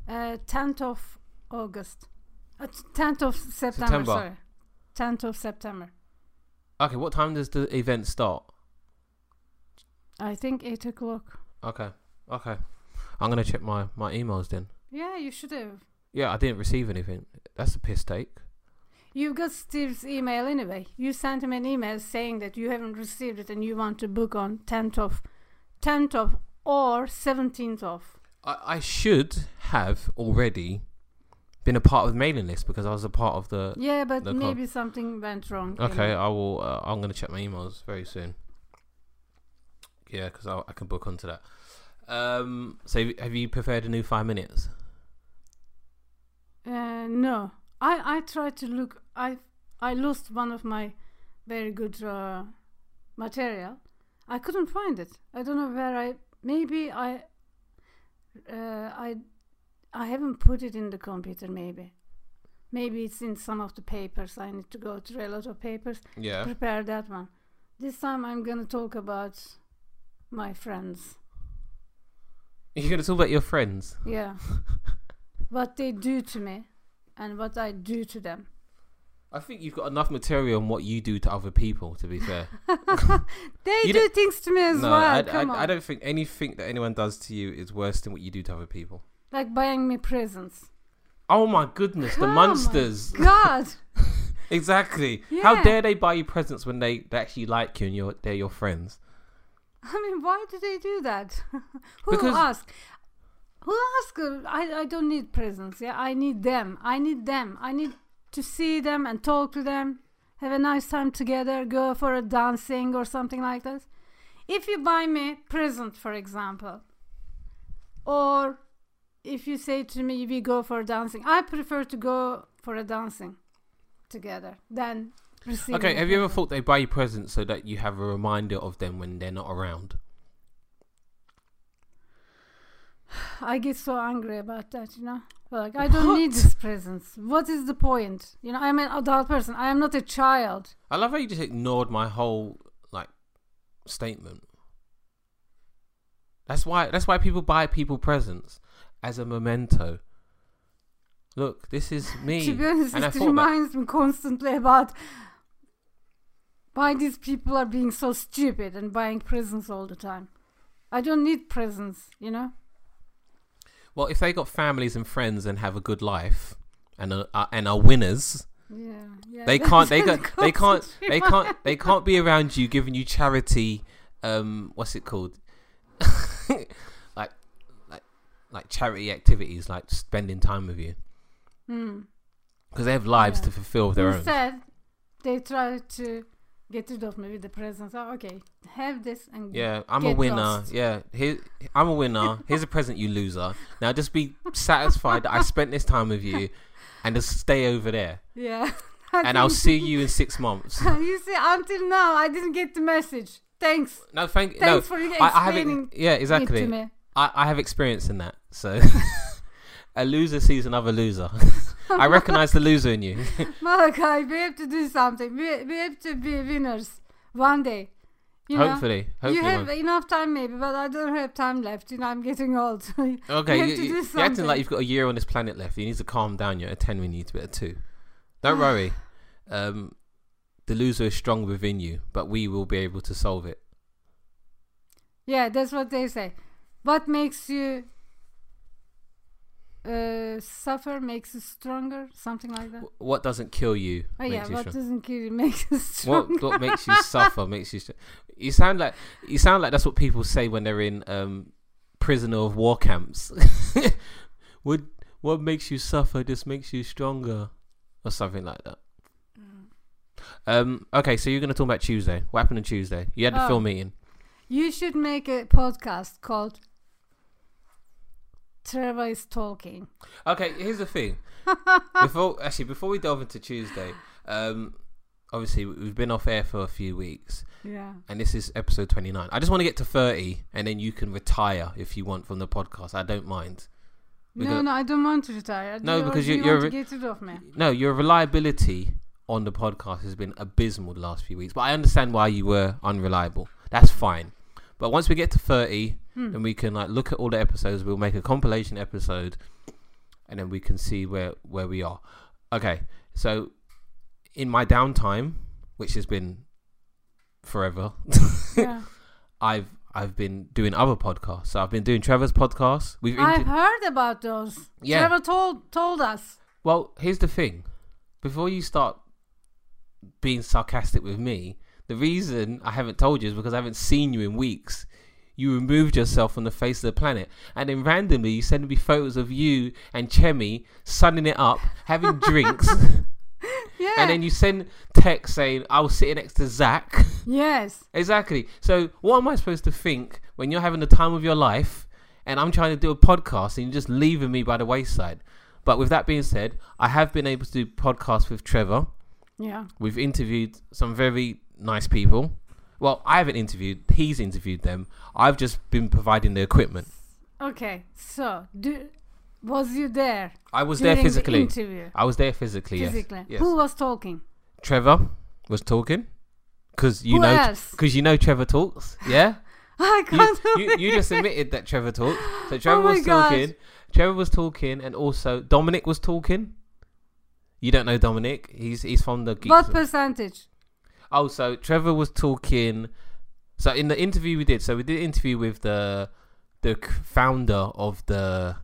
B: uh, 10th of August. Uh, t- 10th of September,
A: September.
B: sorry. 10th of September.
A: Okay, what time does the event start?
B: I think 8 o'clock.
A: Okay, okay. I'm gonna check my my emails then.
B: Yeah, you should have.
A: Yeah, I didn't receive anything. That's a piss take.
B: You've got Steve's email anyway. You sent him an email saying that you haven't received it and you want to book on 10th of 10th of or 17th of.
A: I, I should have already been a part of the mailing list because I was a part of the.
B: Yeah, but
A: Uh, no com-
B: maybe something went wrong. in
A: Okay,
B: it.
A: I will. Uh, I'm gonna check my emails very soon. Yeah, because I, I can book onto that. Um, so have you prepared a new five minutes?
B: Uh, no, I I tried to look. I I lost one of my very good uh, material. I couldn't find it. I don't know where I. Maybe I. Uh, I. I haven't put it in the computer. Maybe. Maybe it's in some of the papers. I need to go through a lot of papers.
A: Yeah.
B: Prepare that one. This time I'm gonna talk about my friends.
A: You're going to talk about your friends.
B: Yeah. what they do to me and what I do to them.
A: I think you've got enough material on what you do to other people, to be fair.
B: they
A: You
B: do
A: don't-
B: things to me as
A: no,
B: well.
A: I, I,
B: Come on.
A: I don't think anything that anyone does to you is worse than what you do to other people.
B: Like buying me presents.
A: Oh my goodness, the
B: Come on.
A: monsters.
B: God.
A: exactly. How
B: Yeah.
A: dare they buy you presents when they, they actually like you and you're, they're your friends?
B: I mean, why do they do that? Who
A: Because-
B: asked? Who asked? I, I don't need presents. Yeah, I need them. I need them. I need to see them and talk to them, have a nice time together, go for a dancing or something like that. If you buy me present, for example, or if you say to me we go for dancing, I prefer to go for a dancing together than receiving.
A: Okay,
B: a
A: have you ever
B: present.
A: thought they buy you presents so that you have a reminder of them when they're not around?
B: I get so angry about that, you know. Like I don't need these presents. What is the point? You know, I'm an adult person. I am not a child.
A: I love how you just ignored my whole like statement. That's why that's why people buy people presents as a memento. Look, this is me.
B: to be honest,
A: and I
B: it
A: thought about,
B: reminds me constantly about why these people are being so stupid and buying presents all the time. I don't need presents, you know.
A: well, if they got families and friends and have a good life and are, are, and are winners,
B: Yeah, yeah.
A: they can't they
B: that's
A: can they can't
B: constantly
A: they
B: my-
A: can't they can't be around you giving you charity um what's it called like like like charity activities like spending time with you
B: Mm.
A: because they have lives
B: Yeah.
A: to fulfill of their own
B: Instead, they try to get rid of me with the presents. Oh, okay, have this and
A: yeah i'm a
B: get
A: winner
B: lost.
A: yeah here i'm a winner here's a present you loser now just be satisfied that i spent this time with you and just stay over there
B: yeah.
A: and i'll
B: think-
A: see you in six months
B: you see, until now, I didn't get the message. Thanks.
A: no thank
B: Thanks
A: no
B: for explaining
A: I, I haven't yeah
B: it
A: exactly
B: to me.
A: I, I have experience in that. So a loser sees another loser. I recognize the loser in you.
B: Malachi, we have to do something. We, we have to be winners one day. You know?
A: hopefully,
B: you
A: hopefully.
B: have
A: one-
B: enough time maybe, but I don't have time left. You know, I'm getting old.
A: okay,
B: you have
A: you,
B: to do
A: you, are acting
B: something.
A: like you've got a year on this planet left. You need to calm down. You're at a ten. We need to be at a two. Don't worry. Um, the loser is strong within you, but we will be able to solve it.
B: yeah, that's what they say. What makes you uh, suffer makes you stronger, something like that.
A: W- What doesn't kill you
B: Oh yeah,
A: makes you
B: what
A: strong.
B: doesn't kill you makes you stronger.
A: What what makes you suffer makes you. Str- you sound like you sound like that's what people say when they're in um, prisoner of war camps. what what makes you suffer just makes you stronger, or something like that. Um. Okay, so you're gonna talk about Tuesday. What happened on Tuesday? You had the
B: Oh.
A: film meeting.
B: You should make a podcast called Trevor is Talking.
A: Okay, here's the thing. before actually, before we delve into Tuesday, um, obviously we've been off air for a few weeks.
B: Yeah.
A: and this is episode 29. I just want to get to 30 and then you can retire if you want from the podcast. I don't mind. We
B: no,
A: got-
B: no, I don't want to retire.
A: No,
B: Do you,
A: because
B: do
A: you-
B: you
A: you're
B: want to
A: re-
B: get rid of me.
A: No, your reliability on the podcast has been abysmal the last few weeks, but I understand why you were unreliable. That's fine. But once we get to 30,
B: Hmm.
A: then we can like look at all the episodes. We'll make a compilation episode and then we can see where where we are. Okay. So in my downtime, which has been forever,
B: Yeah.
A: I've I've been doing other podcasts. So I've been doing Trevor's podcast. We've
B: I've
A: inter-
B: heard about those.
A: Yeah.
B: Trevor told told us.
A: well, here's the thing. Before you start being sarcastic with me, the reason I haven't told you is because I haven't seen you in weeks. You removed yourself from the face of the planet, and then randomly you send me photos of you and Chemi sunning it up, having drinks,
B: Yeah.
A: and then you send text saying, "I was sitting next to Zach."
B: yes.
A: Exactly. So what am I supposed to think when you're having the time of your life and I'm trying to do a podcast and you're just leaving me by the wayside? But with that being said, I have been able to do podcasts with Trevor.
B: Yeah.
A: We've interviewed some very nice people. Well, I haven't interviewed, he's interviewed them. I've just been providing the equipment.
B: Okay. So, do was you there?
A: I was
B: during
A: there physically.
B: The interview.
A: I was there physically, yes.
B: Physically.
A: yes.
B: Who was talking?
A: Trevor was talking. Because you
B: Who
A: know,
B: else?
A: because you know Trevor talks, yeah.
B: I
A: You,
B: can't. Oh
A: you, you just admitted that Trevor talked. So Trevor
B: my
A: was
B: gosh.
A: talking. Trevor was talking, and also Dominic was talking. You don't know Dominic. He's he's from the. Geeks.
B: what percentage?
A: Oh, so Trevor was talking. So in the interview we did, so we did an interview with the the c- founder of the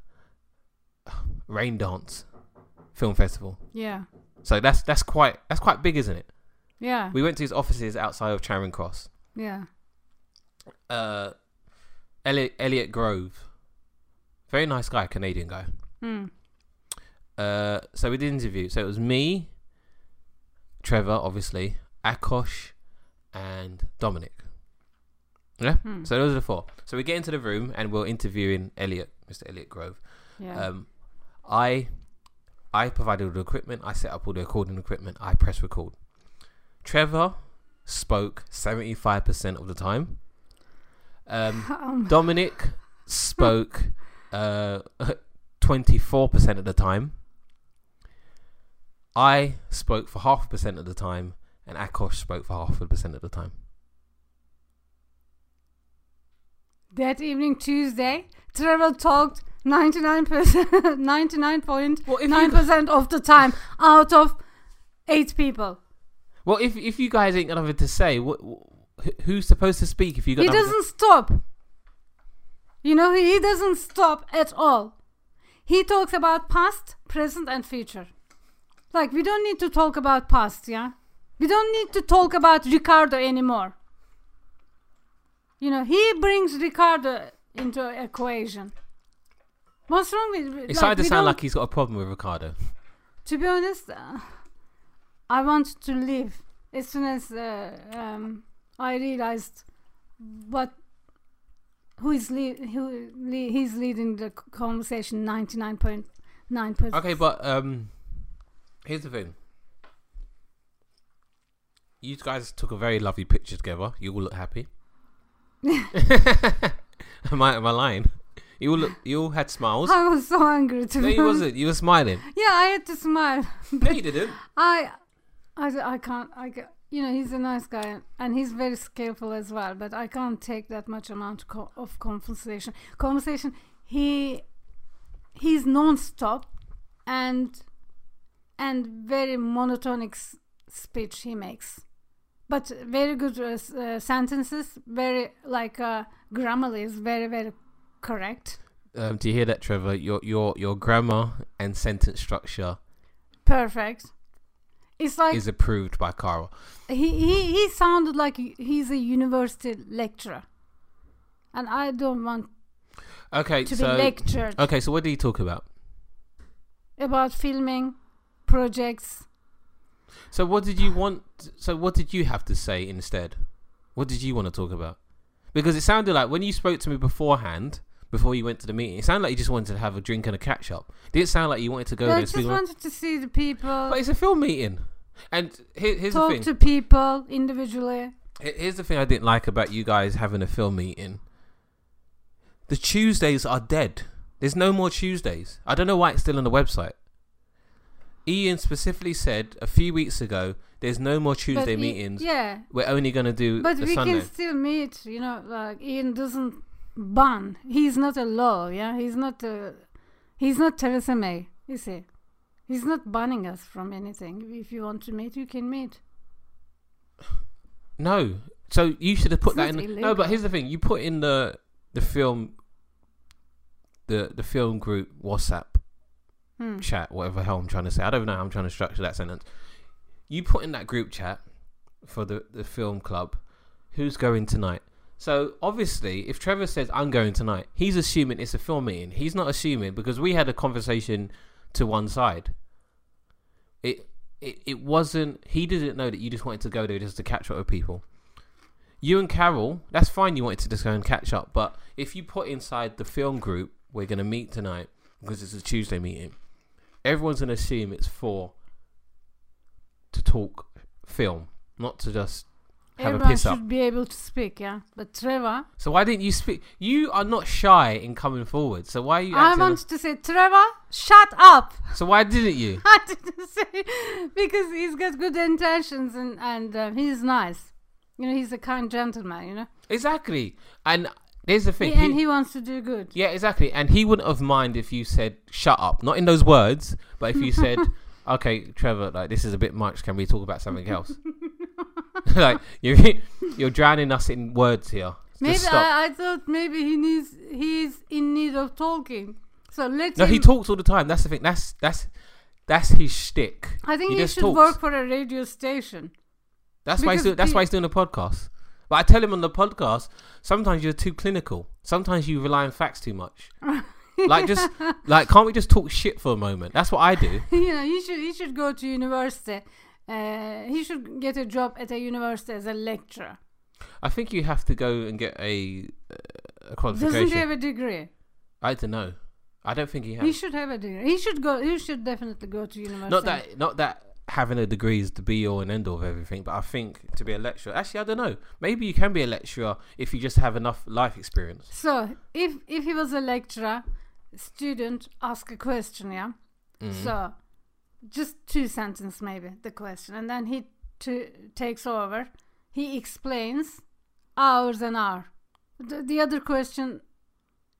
A: Rain Dance Film Festival.
B: Yeah.
A: So that's that's quite that's quite big, isn't it?
B: Yeah.
A: We went to his offices outside of Charing Cross.
B: yeah.
A: Uh, Elliot, Elliot Grove, very nice guy, Canadian guy.
B: Hmm.
A: Uh, so we did interview. So it was me, Trevor, obviously, Akosh, and Dominic. Yeah.
B: Hmm.
A: So those are the four. So we get into the room and we're interviewing Elliot, Mr. Elliot Grove.
B: Yeah.
A: Um, I, I provided all the equipment. I set up all the recording equipment. I press record. Trevor spoke seventy five percent of the time. Um,
B: Um,
A: Dominic spoke uh twenty four percent of the time. I spoke for half a percent of the time, and Akosh spoke for half a percent of the time.
B: that evening, Tuesday, Trevor talked 99%, 99.9%
A: Well, if
B: of the time out of eight people.
A: well, if if you guys ain't got nothing to say, wh- wh- who- who's supposed to speak? If you got
B: He
A: nothing to-
B: doesn't stop. You know, he he doesn't stop at all. He talks about past, present, and future. Like, we don't need to talk about past, yeah? We don't need to talk about Ricardo anymore. You know, he brings Ricardo into equation. What's wrong with
A: It's starting
B: we
A: to sound
B: don't-
A: like he's got a problem with Ricardo.
B: to be honest, uh, I wanted to leave as soon as uh, um, I realized what who is lead, who le- he's leading the c- conversation ninety nine point nine percent.
A: Okay, but um, here's the thing. You guys took a very lovely picture together. You all look happy. am I am I lying? You all look, you all had smiles.
B: I was so angry. To
A: No,
B: be
A: you
B: honest.
A: wasn't. You were smiling.
B: Yeah, I had to smile.
A: No, you didn't.
B: I, I, I can't. I ca- you know he's a nice guy and he's very skillful as well. But I can't take that much amount co- of conversation. Conversation. He, he's non-stop, and, and very monotonic s- speech he makes, but very good uh, s- uh, sentences. Very like uh, grammarly is very very correct.
A: Um, do you hear that, Trevor? Your your your grammar and sentence structure
B: Perfect. It's like
A: is approved by Carl.
B: he, he he sounded like he's a university lecturer and i don't want
A: Okay,
B: to
A: so uh,
B: be lectured
A: okay, so what did he talk about?
B: about filming projects
A: So what did you want? So what did you have to say instead? What did you want to talk about? Because it sounded like when you spoke to me beforehand, before you went to the meeting, it sounded like you just wanted to have a drink and a catch up. Did it sound like you wanted to go
B: But
A: there
B: i
A: and
B: just
A: speak? about-
B: wanted to see the people
A: But it's a film meeting, and here, here's the
B: talk
A: thing.
B: to people individually
A: Here- Here's the thing I didn't like about you guys having a film meeting. The Tuesdays are dead. There's no more Tuesdays. I don't know why it's still on the website. Ian specifically said a few weeks ago, "There's no more
B: But
A: Tuesday
B: i-
A: meetings.
B: yeah
A: We're only gonna do
B: but
A: the
B: we
A: Sunday."
B: can still meet you know like ian doesn't ban he's not a law yeah he's not a he's not theresa may is he he's not banning us from anything if you want to meet you can meet
A: No, so you should have put
B: It's
A: that in.
B: not
A: No,
B: illegal.
A: but here's the thing: you put in the the film, the the film group WhatsApp
B: Hmm.
A: chat, whatever hell I'm trying to say. I don't know how I'm trying to structure that sentence. You put in that group chat for the, the film club, who's going tonight? So obviously, if Trevor says I'm going tonight, he's assuming it's a film meeting. He's not assuming because we had a conversation to one side. It it, it wasn't. He didn't know that you just wanted to go there just to catch up with people. You and Carol, that's fine. You wanted to just go and catch up, but if you put inside the film group, we're going to meet tonight because it's a Tuesday meeting everyone's gonna assume it's for to talk film, not to just have a
B: Everyone
A: piss
B: should
A: up.
B: be able to speak, yeah. But Trevor,
A: So why didn't you speak? You are not shy in coming forward. So why are you?
B: I
A: Acting
B: wanted to say, Trevor, shut up.
A: so why didn't you?
B: I didn't say because he's got good intentions and and uh, he's nice. You know, he's a kind gentleman. You know,
A: Exactly. And here's the thing.
B: He- and
A: he-
B: he wants to do good.
A: yeah, exactly. And he wouldn't have mind if you said "shut up," not in those words, but if you said, "Okay, Trevor, like this is a bit much. Can we talk about something else?" like you, you're drowning us in words here. Just
B: Maybe
A: stop.
B: I, I thought maybe he needs he's in need of talking. So let
A: no,
B: him.
A: he talks all the time. That's the thing. That's that's that's his shtick.
B: I think
A: he
B: he,
A: just
B: should
A: talks.
B: work for a radio station.
A: That's why he's
B: Because
A: doing, that's
B: the-
A: why he's doing a podcast. But I tell him on the podcast, sometimes you're too clinical. Sometimes you rely on facts too much. like just like can't we just talk shit for a moment? That's what I do.
B: you know, he should he should go to university. Uh, he should get a job at a university as a lecturer.
A: I think you have to go and get a, uh, a
B: Doesn't he
A: qualification.
B: have a degree?
A: I don't know. I don't think he has.
B: He should have a degree. He should go. He should definitely go to university.
A: not that not that having a degree is the be all and end all of everything, but I think to be a lecturer, actually I don't know. Maybe you can be a lecturer if you just have enough life experience.
B: So if if he was a lecturer, student ask a question, yeah.
A: Mm-hmm. Mm.
B: So just two sentences maybe the question, and then he to, takes over. He explains hours and hour. The, the other question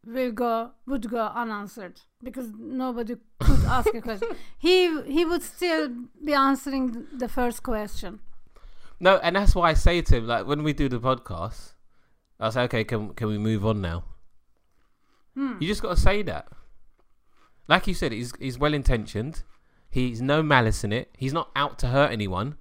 B: will go would go unanswered because nobody could ask a question. He he would still be answering th- the first question.
A: No, and that's why I say to him, like when we do the podcast, I say, okay, can can we move on now?
B: Hmm.
A: You just got to say that. Like you said, he's he's well intentioned. He's no malice in it. He's not out to hurt anyone.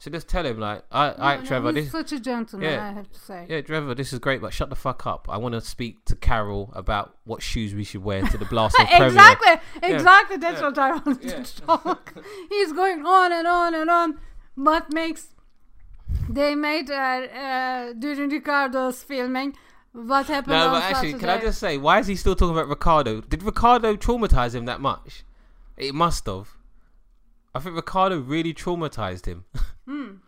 A: So just tell him, like, I, I,
B: No, no,
A: Trevor, this,
B: he's such a gentleman,
A: Yeah.
B: I have to say.
A: yeah, Trevor, this is great, but shut the fuck up. I want to speak to Carol about what shoes we should wear to the blast of Premier.
B: Exactly, exactly. That's
A: yeah.
B: what I wanted
A: Yeah.
B: to talk. He's going on and on and on. What makes they made uh, uh, during Ricardo's filming? What happened?
A: No,
B: on
A: but actually, can I
B: Saturday?
A: just say, why is he still talking about Ricardo? Did Ricardo traumatize him that much? It must have. I think Ricardo really traumatized him.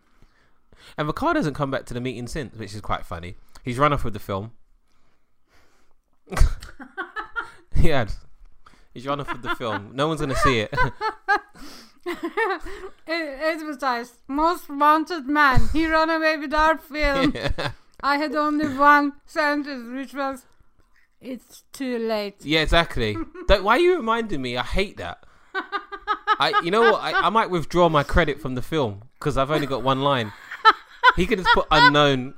A: And Ricardo hasn't come back to the meeting since, which is quite funny. He's run off with the film. he had. He's run off with the film. No one's going to see it.
B: A- advertised most wanted man? He ran away with our film. I had only one sentence, which was, "It's too late."
A: yeah, exactly. Don't, why are you reminding me? I hate that. I, you know what? I, I might withdraw my credit from the film because I've only got one line. He could just put unknown.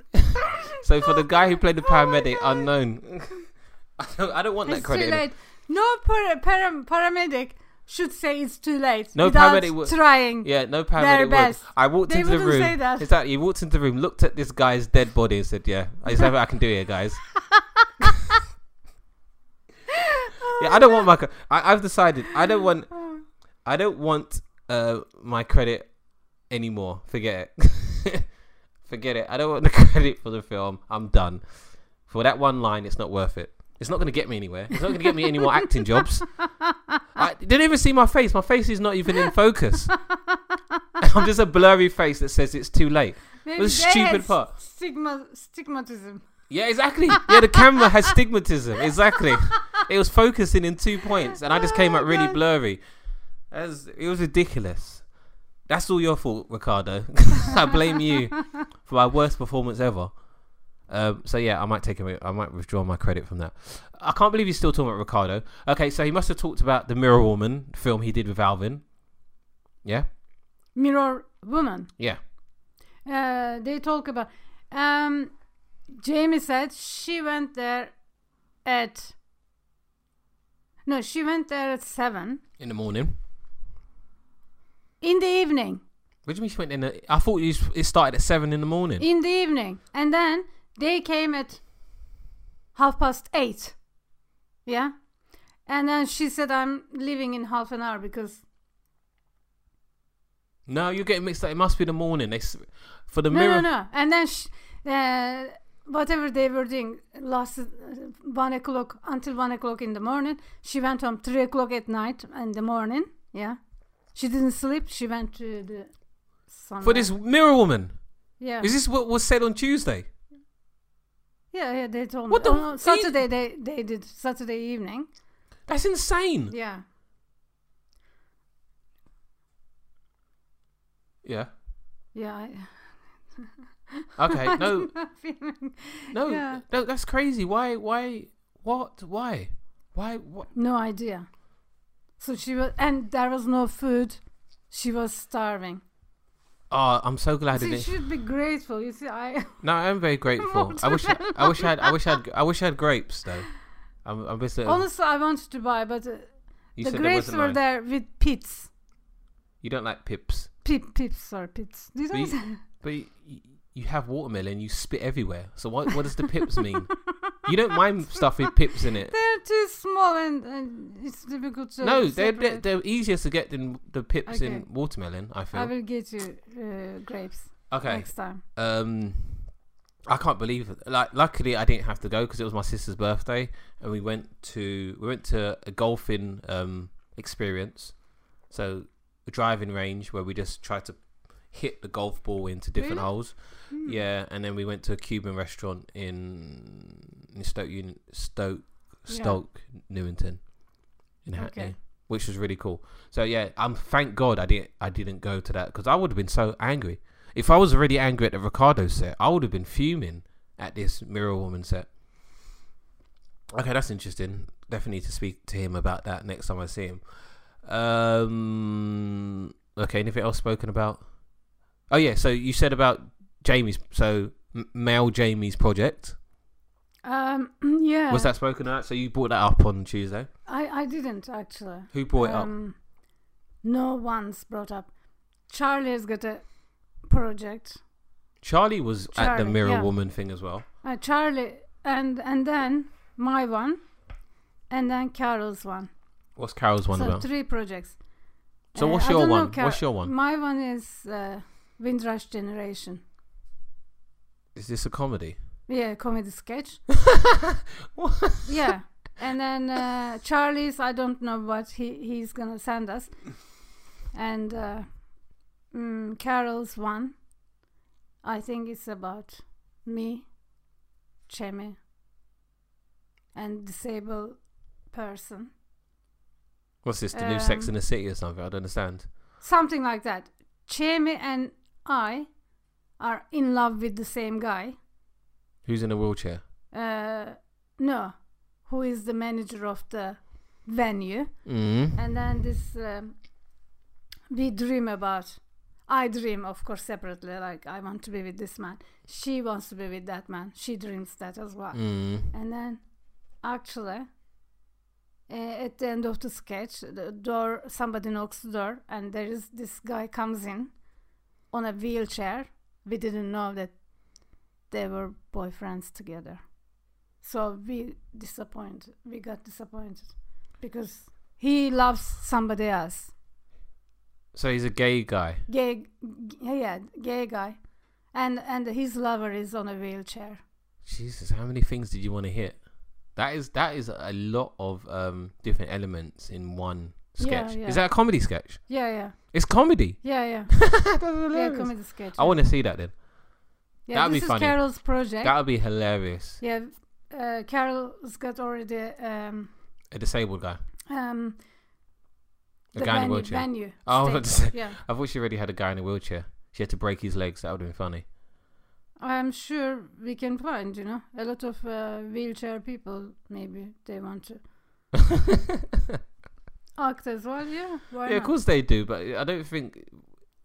A: so for the guy who played the paramedic, unknown. Oh I don't, I don't want
B: It's
A: that
B: too
A: credit. in it.
B: late. No para- para- paramedic should say it's too late
A: No
B: without
A: paramedic would-
B: trying.
A: Yeah, no
B: Their
A: paramedic would.
B: best.
A: I walked
B: They
A: into the
B: wouldn't
A: room.
B: say that.
A: Exactly. He walked into the room, looked at this guy's dead body, and said, "Yeah, I just have I can do here, guys." yeah, I don't want my. cre- I, I've decided I don't want.
B: Oh.
A: I don't want uh, my credit anymore. Forget it. Forget it. I don't want the credit for the film. I'm done. For that one line, it's not worth it. It's not going to get me anywhere. It's not going to get me any more acting jobs. I didn't even see my face. My face is not even in focus. I'm just a blurry face that says it's too late.
B: Maybe
A: the
B: they
A: stupid
B: had
A: part.
B: Stigma, stigmatism.
A: Yeah, exactly. Yeah, the camera has stigmatism. Exactly. It was focusing in two points, and I just came out really
B: God.
A: blurry. That was- it was ridiculous. That's all your fault, Ricardo. I blame you for my worst performance ever. Um, so yeah, I might take him. I might withdraw my credit from that. I can't believe he's still talking about Ricardo. Okay, so he must have talked about the Mirror Woman film he did with Alvin. Yeah,
B: Mirror woman.
A: yeah.
B: Uh, they talk about. Um, Jamie said she went there at. No, she went there at seven
A: In the morning.
B: in the evening.
A: What do you mean she went in? The, I thought you s- it started at seven in the morning.
B: In the evening, and then they came at half past eight. Yeah, and then she said, "I'm leaving in half an hour because
A: No, you're getting mixed up. It must be the morning. They s- for the
B: No,
A: mirror.
B: no, no. And then sh- uh, whatever they were doing lasted uh, one o'clock until one o'clock in the morning. She went home three o'clock at night in the morning. Yeah, she didn't sleep. She went to the somewhere.
A: for this Mirror Woman.
B: yeah.
A: Is this what was said on Tuesday?
B: yeah, yeah, they told
A: What
B: me.
A: the
B: on
A: f-
B: Saturday they, they did Saturday evening.
A: That's insane.
B: Yeah.
A: Yeah.
B: Yeah. I,
A: Okay.
B: I'm
A: No.
B: not feeling-
A: No.
B: Yeah.
A: No. That's crazy. Why? Why? What? Why? Why? What?
B: No idea. So she was, and there was no food. She was starving.
A: Oh, I'm so glad I
B: See, you
A: didn't.
B: should be grateful. You see, I
A: No, I'm very grateful. I wish. I, I wish I had. I wish I had. I wish I had grapes though. I'm. I'm just. little-
B: honestly I wanted to buy, but uh,
A: you
B: the
A: said there
B: grapes
A: wasn't
B: were
A: mine.
B: there with pits.
A: You don't like pips,
B: Pip, pips, sorry, pits. Did I
A: Beet-
B: say?
A: but you, you have watermelon. You spit everywhere. So what? What does the pips mean? You don't mind stuff with pips in it.
B: They're too small and, and it's difficult to.
A: No, they're they're,
B: separate.
A: they're easier to get than the pips
B: Okay.
A: in watermelon. I feel.
B: I will get you uh, grapes
A: okay.
B: next time.
A: um I can't believe it. Like, luckily, I didn't have to go because it was my sister's birthday, and we went to we went to a golfing um, experience, so a driving range where we just tried to hit the golf ball into different
B: Really?
A: holes.
B: Hmm.
A: Yeah, and then we went to a Cuban restaurant in, in Stoke Uni- Stoke
B: Yeah.
A: Stoke Newington in
B: Okay.
A: Hackney, which was really cool. So yeah, I'm thank God I didn't I didn't go to that because I would have been so angry. If I was already angry at the Ricardo set, I would have been fuming at this Mirror Woman set. Okay, that's interesting. Definitely need to speak to him about that next time I see him. Um, okay, anything else spoken about? Oh yeah, so you said about Jamie's, so M- male Jamie's project
B: Um, yeah.
A: was that spoken about? So you brought that up on Tuesday.
B: I, I didn't actually.
A: Who brought it up?
B: Um, No one's brought up. Charlie has got a project.
A: Charlie was at the
B: Charlie,
A: Mirror
B: yeah.
A: Woman thing as well.
B: Uh, Charlie and and then my one, and then Carol's one.
A: What's Carol's one
B: so
A: about?
B: three projects.
A: So
B: Uh,
A: what's
B: I
A: your
B: don't know,
A: one?
B: Car-
A: What's your one?
B: My one is uh, Windrush Generation.
A: Is this a comedy?
B: Yeah, comedy sketch. yeah, and then uh, Charlie's. I don't know what he he's gonna send us, and uh, mm, Carol's one. I think it's about me, Chemi, and disabled person,
A: What's this? The new Sex
B: Um,
A: in the City or something? I don't understand.
B: something like that. Chemi and I are in love with the same guy.
A: Who's in a wheelchair?
B: uh, no, who is the manager of the venue,
A: Mm.
B: and then this um, we dream about. I dream, of course, separately. Like I want to be with this man. She wants to be with that man. She dreams that as well.
A: Mm.
B: And then, actually, uh, at the end of the sketch, the door somebody knocks the door, and there is this guy comes in on a wheelchair. We didn't know that they were boyfriends together, so we disappointed. We got disappointed because he loves somebody else,
A: So he's a gay guy.
B: gay, g- yeah, gay guy, and and his lover is on a wheelchair.
A: Jesus, how many things did you want to hit? That is that is a lot of um, different elements in one
B: Yeah,
A: sketch.
B: yeah.
A: Is that a comedy sketch?
B: Yeah, yeah,
A: It's comedy.
B: yeah, yeah.
A: That's
B: yeah
A: hilarious.
B: comedy sketch.
A: I want to see that then.
B: Yeah,
A: That'd
B: this
A: be
B: is
A: funny.
B: Carol's project.
A: That would be hilarious.
B: yeah, uh, Carol's got already um,
A: A disabled guy.
B: um,
A: A
B: the
A: guy in a
B: venue.
A: wheelchair.
B: venue
A: Oh, I was about to
B: stage.
A: say.
B: yeah.
A: I thought she already had a guy in a wheelchair. She had to break his legs. That would have been funny.
B: I'm sure we can find, you know, a lot of uh, wheelchair people. Maybe they want to act as well. Yeah, why
A: yeah,
B: not?
A: of course they do, but I don't think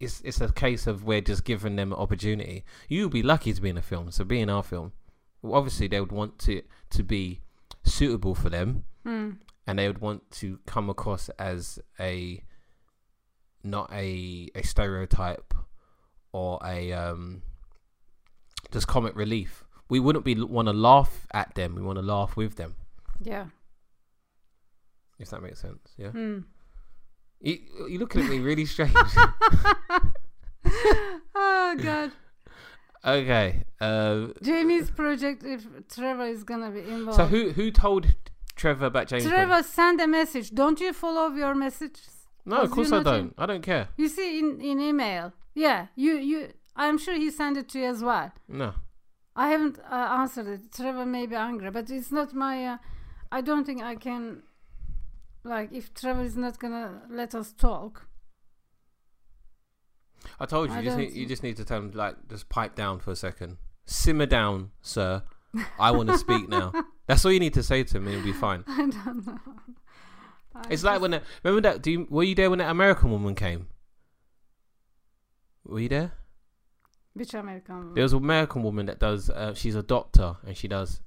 A: it's it's a case of we're just giving them an opportunity. You'd be lucky to be in a film, so be in our film. Well, obviously, they would want to to be suitable for them,
B: Mm.
A: and they would want to come across as a not a a stereotype or a um just comic relief. We wouldn't be want to laugh at them. We want to laugh with them,
B: Yeah.
A: if that makes sense. Yeah.
B: Mm.
A: You, you're looking at me really strange.
B: oh God,
A: okay. Um,
B: Jamie's project. If Trevor is gonna be involved.
A: So who who told Trevor about James? Bond?
B: Trevor, send a message. Don't you follow your messages?
A: No, of
B: Was
A: course
B: you
A: I
B: not
A: don't.
B: in-
A: I don't care.
B: You see in, in email. Yeah, you you. I'm sure he sent it to you as well.
A: No.
B: I haven't uh, answered it. Trevor may be angry, but it's not my. Uh, I don't think I can. Like, if Trevor is not gonna let us talk,
A: I told you,
B: I
A: you just,
B: don't
A: need, you
B: think-
A: just need to tell him, like, just pipe down for a second. Simmer down, sir. I want to speak now. That's all you need to say to him, and it'll be fine.
B: I don't know. I
A: It's like
B: just-
A: when that, remember that, do you, were you there when that American woman came? Were you there?
B: which American
A: There was an American woman that does, uh, she's a doctor, and she does,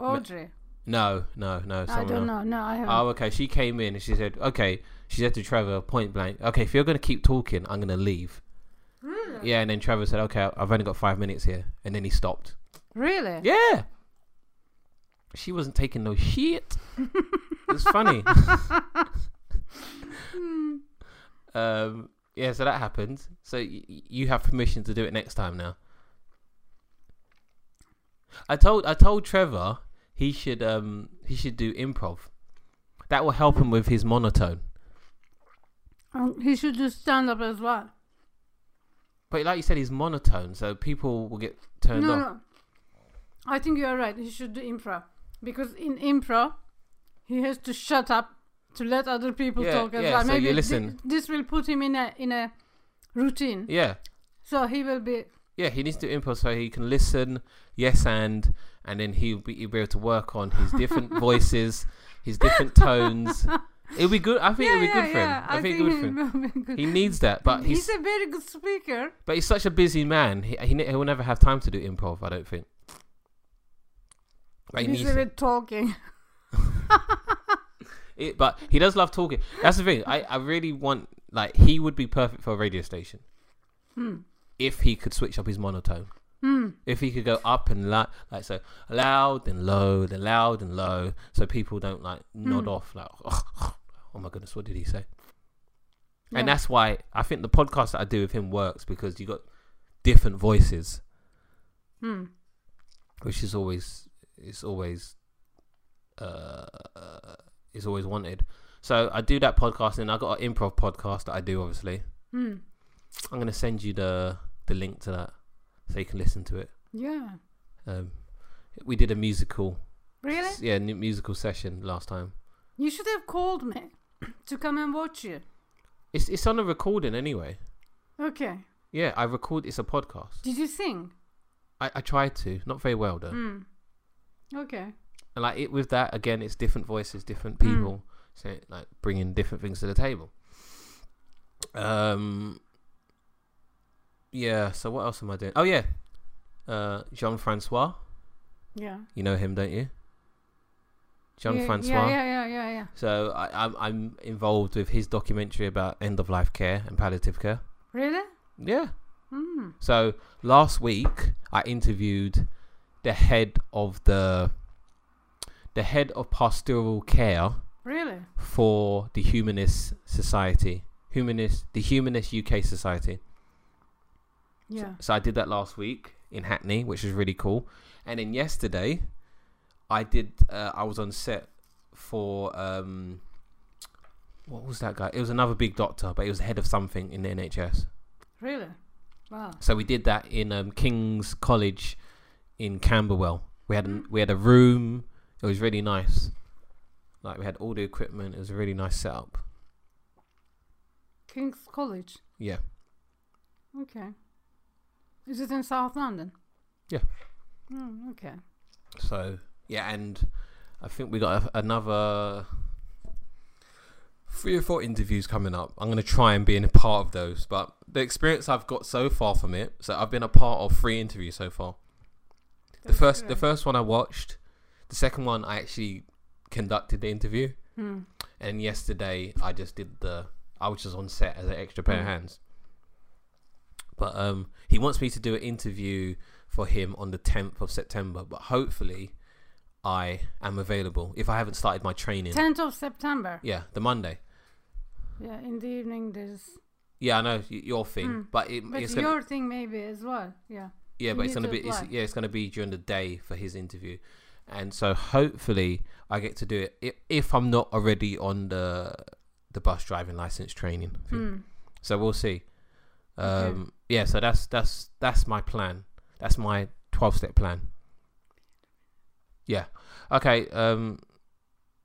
B: Audrey?
A: no, no, no,
B: I
A: someone
B: don't
A: else.
B: know. No, I haven't.
A: Oh, okay. She came in and she said, okay, she said to Trevor point blank, okay, if you're going to keep talking, I'm going to leave.
B: really?
A: Yeah, and then Trevor said, okay, I've only got five minutes here. And then he stopped.
B: Really?
A: Yeah. She wasn't taking no shit. it's funny. um, yeah, so that happened. So y- y- you have permission to do it next time now. I told I told Trevor he should um he should do improv. That will help him with his monotone.
B: Um, he should do stand up as well.
A: But like you said, he's monotone, so people will get turned
B: no,
A: off.
B: no. I think you are right. He should do improv because in improv, he has to shut up to let other people
A: Yeah,
B: talk as
A: yeah,
B: well.
A: so you
B: thi-
A: listen.
B: this will put him in a in a routine,
A: Yeah.
B: so he will be.
A: Yeah, he needs to do impulse so he can listen, yes, and and then he'll be, he'll be able to work on his different voices, his different tones. It'll be good. I think it'll be good for him. I, think, it'll be good for him.
B: will be good.
A: He needs that, but he's,
B: he's a very good speaker.
A: but he's such a busy man. He, he ne- he'll never have time to do improv. I don't think. But he
B: he's
A: needs
B: a
A: it.
B: bit talking.
A: It- But he does love talking. That's the thing. I, I really want like he would be perfect for a radio station
B: Hmm.
A: if he could switch up his monotone.
B: Hmm.
A: if he could go up and like like so loud and low then loud and low so people don't like nod
B: Hmm.
A: off like oh my goodness what did he say
B: Yeah.
A: and that's why i think the podcast that i do with him works because you got different voices
B: Hmm.
A: which is always it's always uh is always wanted so i do that podcast and i got an improv podcast that i do obviously
B: Hmm.
A: i'm going to send you the the link to that so you can listen to it
B: Yeah.
A: um we did a musical
B: Really?
A: S- Yeah, new musical session last time.
B: You should have called me to come and watch you.
A: It's it's on a recording anyway.
B: Okay.
A: Yeah, I record. It's a podcast.
B: Did you sing?
A: I, I tried to, not very well though.
B: Hmm. Okay.
A: And like it with that again, it's different voices, different
B: Mm.
A: people, so like bringing different things to the table. Um. Yeah. So what else am I doing? Oh yeah, uh, Jean Francois.
B: Yeah.
A: You know him, don't you? Jean
B: yeah,
A: Francois.
B: Yeah, yeah, yeah, yeah, yeah.
A: So I, I'm I'm involved with his documentary about end of life care and palliative care.
B: Really?
A: Yeah.
B: Mm.
A: So last week I interviewed the head of the the head of pastoral care
B: Really?
A: for the Humanist Society, Humanist the Humanist UK Society.
B: Yeah.
A: So I did that last week in Hackney, which was really cool. And then yesterday, I did. Uh, I was on set for um, what was that guy? It was another big doctor, but he was head of something in the NHS.
B: Really? Wow.
A: So we did that in um, King's College in Camberwell. We had
B: Mm.
A: an, we had a room. It was really nice. Like we had all the equipment. It was a really nice setup.
B: King's College.
A: Yeah.
B: Okay. Is it in South London?
A: Yeah.
B: Mm, okay.
A: So yeah, and I think we got a, another three or four interviews coming up. I'm gonna try and be in a part of those, but the experience I've got so far from it, so I've been a part of three interviews so far. The
B: That's
A: first the
B: good.
A: first one I watched, the second one I actually conducted the interview.
B: Hmm.
A: And yesterday, I just did the. I was just on set as an extra pair of
B: Mm.
A: hands. But um, he wants me to do an interview for him on the 10th of September. But hopefully, I am available if I haven't started my training.
B: 10th of September.
A: Yeah, the Monday.
B: Yeah, in the evening there's.
A: Yeah, I know y- your thing,
B: Mm.
A: but it,
B: But
A: it's
B: your
A: gonna,
B: thing maybe as well. Yeah.
A: yeah,
B: you
A: but it's
B: need
A: gonna
B: to
A: be it's,
B: apply.
A: yeah, it's gonna be during the day for his interview, and so hopefully I get to do it i- if I'm not already on the the bus driving license training. Thing.
B: Mm.
A: So we'll see.
B: Okay.
A: Um, Yeah, so that's that's that's my plan. That's my twelve step plan. Yeah. Okay. Um,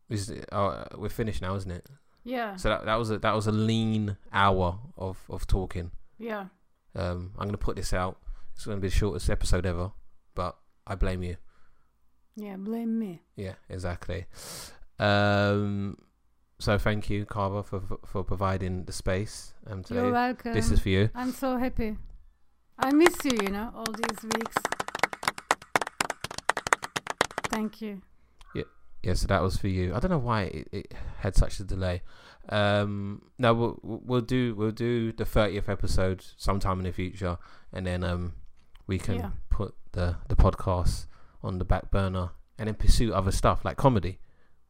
A: is it, uh, we're finished now, isn't it?
B: Yeah.
A: So that, that was a that was a lean hour of of talking.
B: Yeah.
A: Um, I'm gonna put this out. It's gonna be the shortest episode ever, but I blame you.
B: Yeah. Blame me.
A: Yeah, exactly. Um, so thank you, Carver, for for providing the space um,
B: You're
A: today.
B: welcome.
A: This is for you.
B: I'm so happy. I miss you, you know, all these weeks. Thank you.
A: Yeah, so that was for you. I don't know why it, it had such a delay. Um, no, we'll we'll do we'll do the thirtieth episode sometime in the future, and then um, we can
B: Yeah.
A: put the the podcast on the back burner and then pursue other stuff like comedy.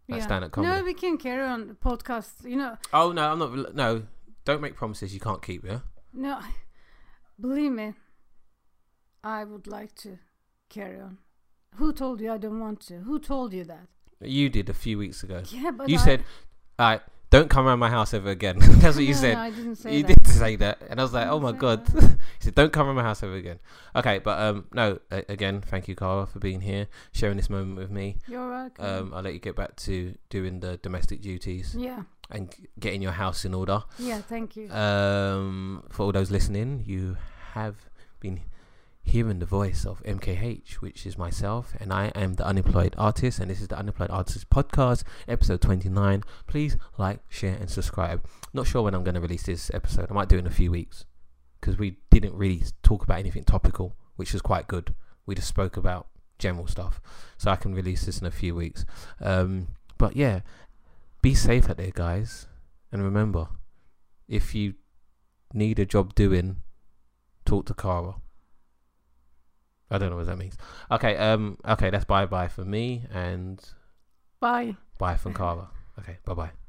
A: Like stand-up comedy.
B: No, we can carry on the podcast. You know,
A: Oh no, I'm not. No, don't make promises you can't keep. Yeah.
B: no, believe me, I would like to carry on. Who told you I don't want to? Who told you that?
A: You did a few weeks ago.
B: Yeah, but
A: Uh, you
B: I,
A: said, "All right, don't come around my house ever again." That's what you
B: No,
A: said.
B: No, I didn't say
A: you
B: that.
A: did say that, and I was like,
B: I
A: "Oh my
B: said
A: god!"
B: that.
A: he said, "Don't come around my house ever again." Okay, but um, no, a- again, thank you, Carla, for being here, sharing this moment with me.
B: You're welcome.
A: Um, I'll let you get back to doing the domestic duties
B: yeah,
A: and g- getting your house in order.
B: yeah. Thank
A: uh,
B: you.
A: Um, for all those listening, you have been hearing the voice of MKH, which is myself, and I am the unemployed artist, and this is the unemployed artist podcast, episode 29. Please like, share, and subscribe. Not sure when I'm going to release this episode. I might do it in a few weeks because we didn't really s- talk about anything topical, which was quite good. We just spoke about general stuff, so I can release this in a few weeks. Um, but yeah, be safe out there, guys, and remember if you need a job doing, talk to Kara. I don't know what that means. Okay, um, okay, that's bye bye for me and
B: Bye.
A: bye from Kara. Okay, bye bye.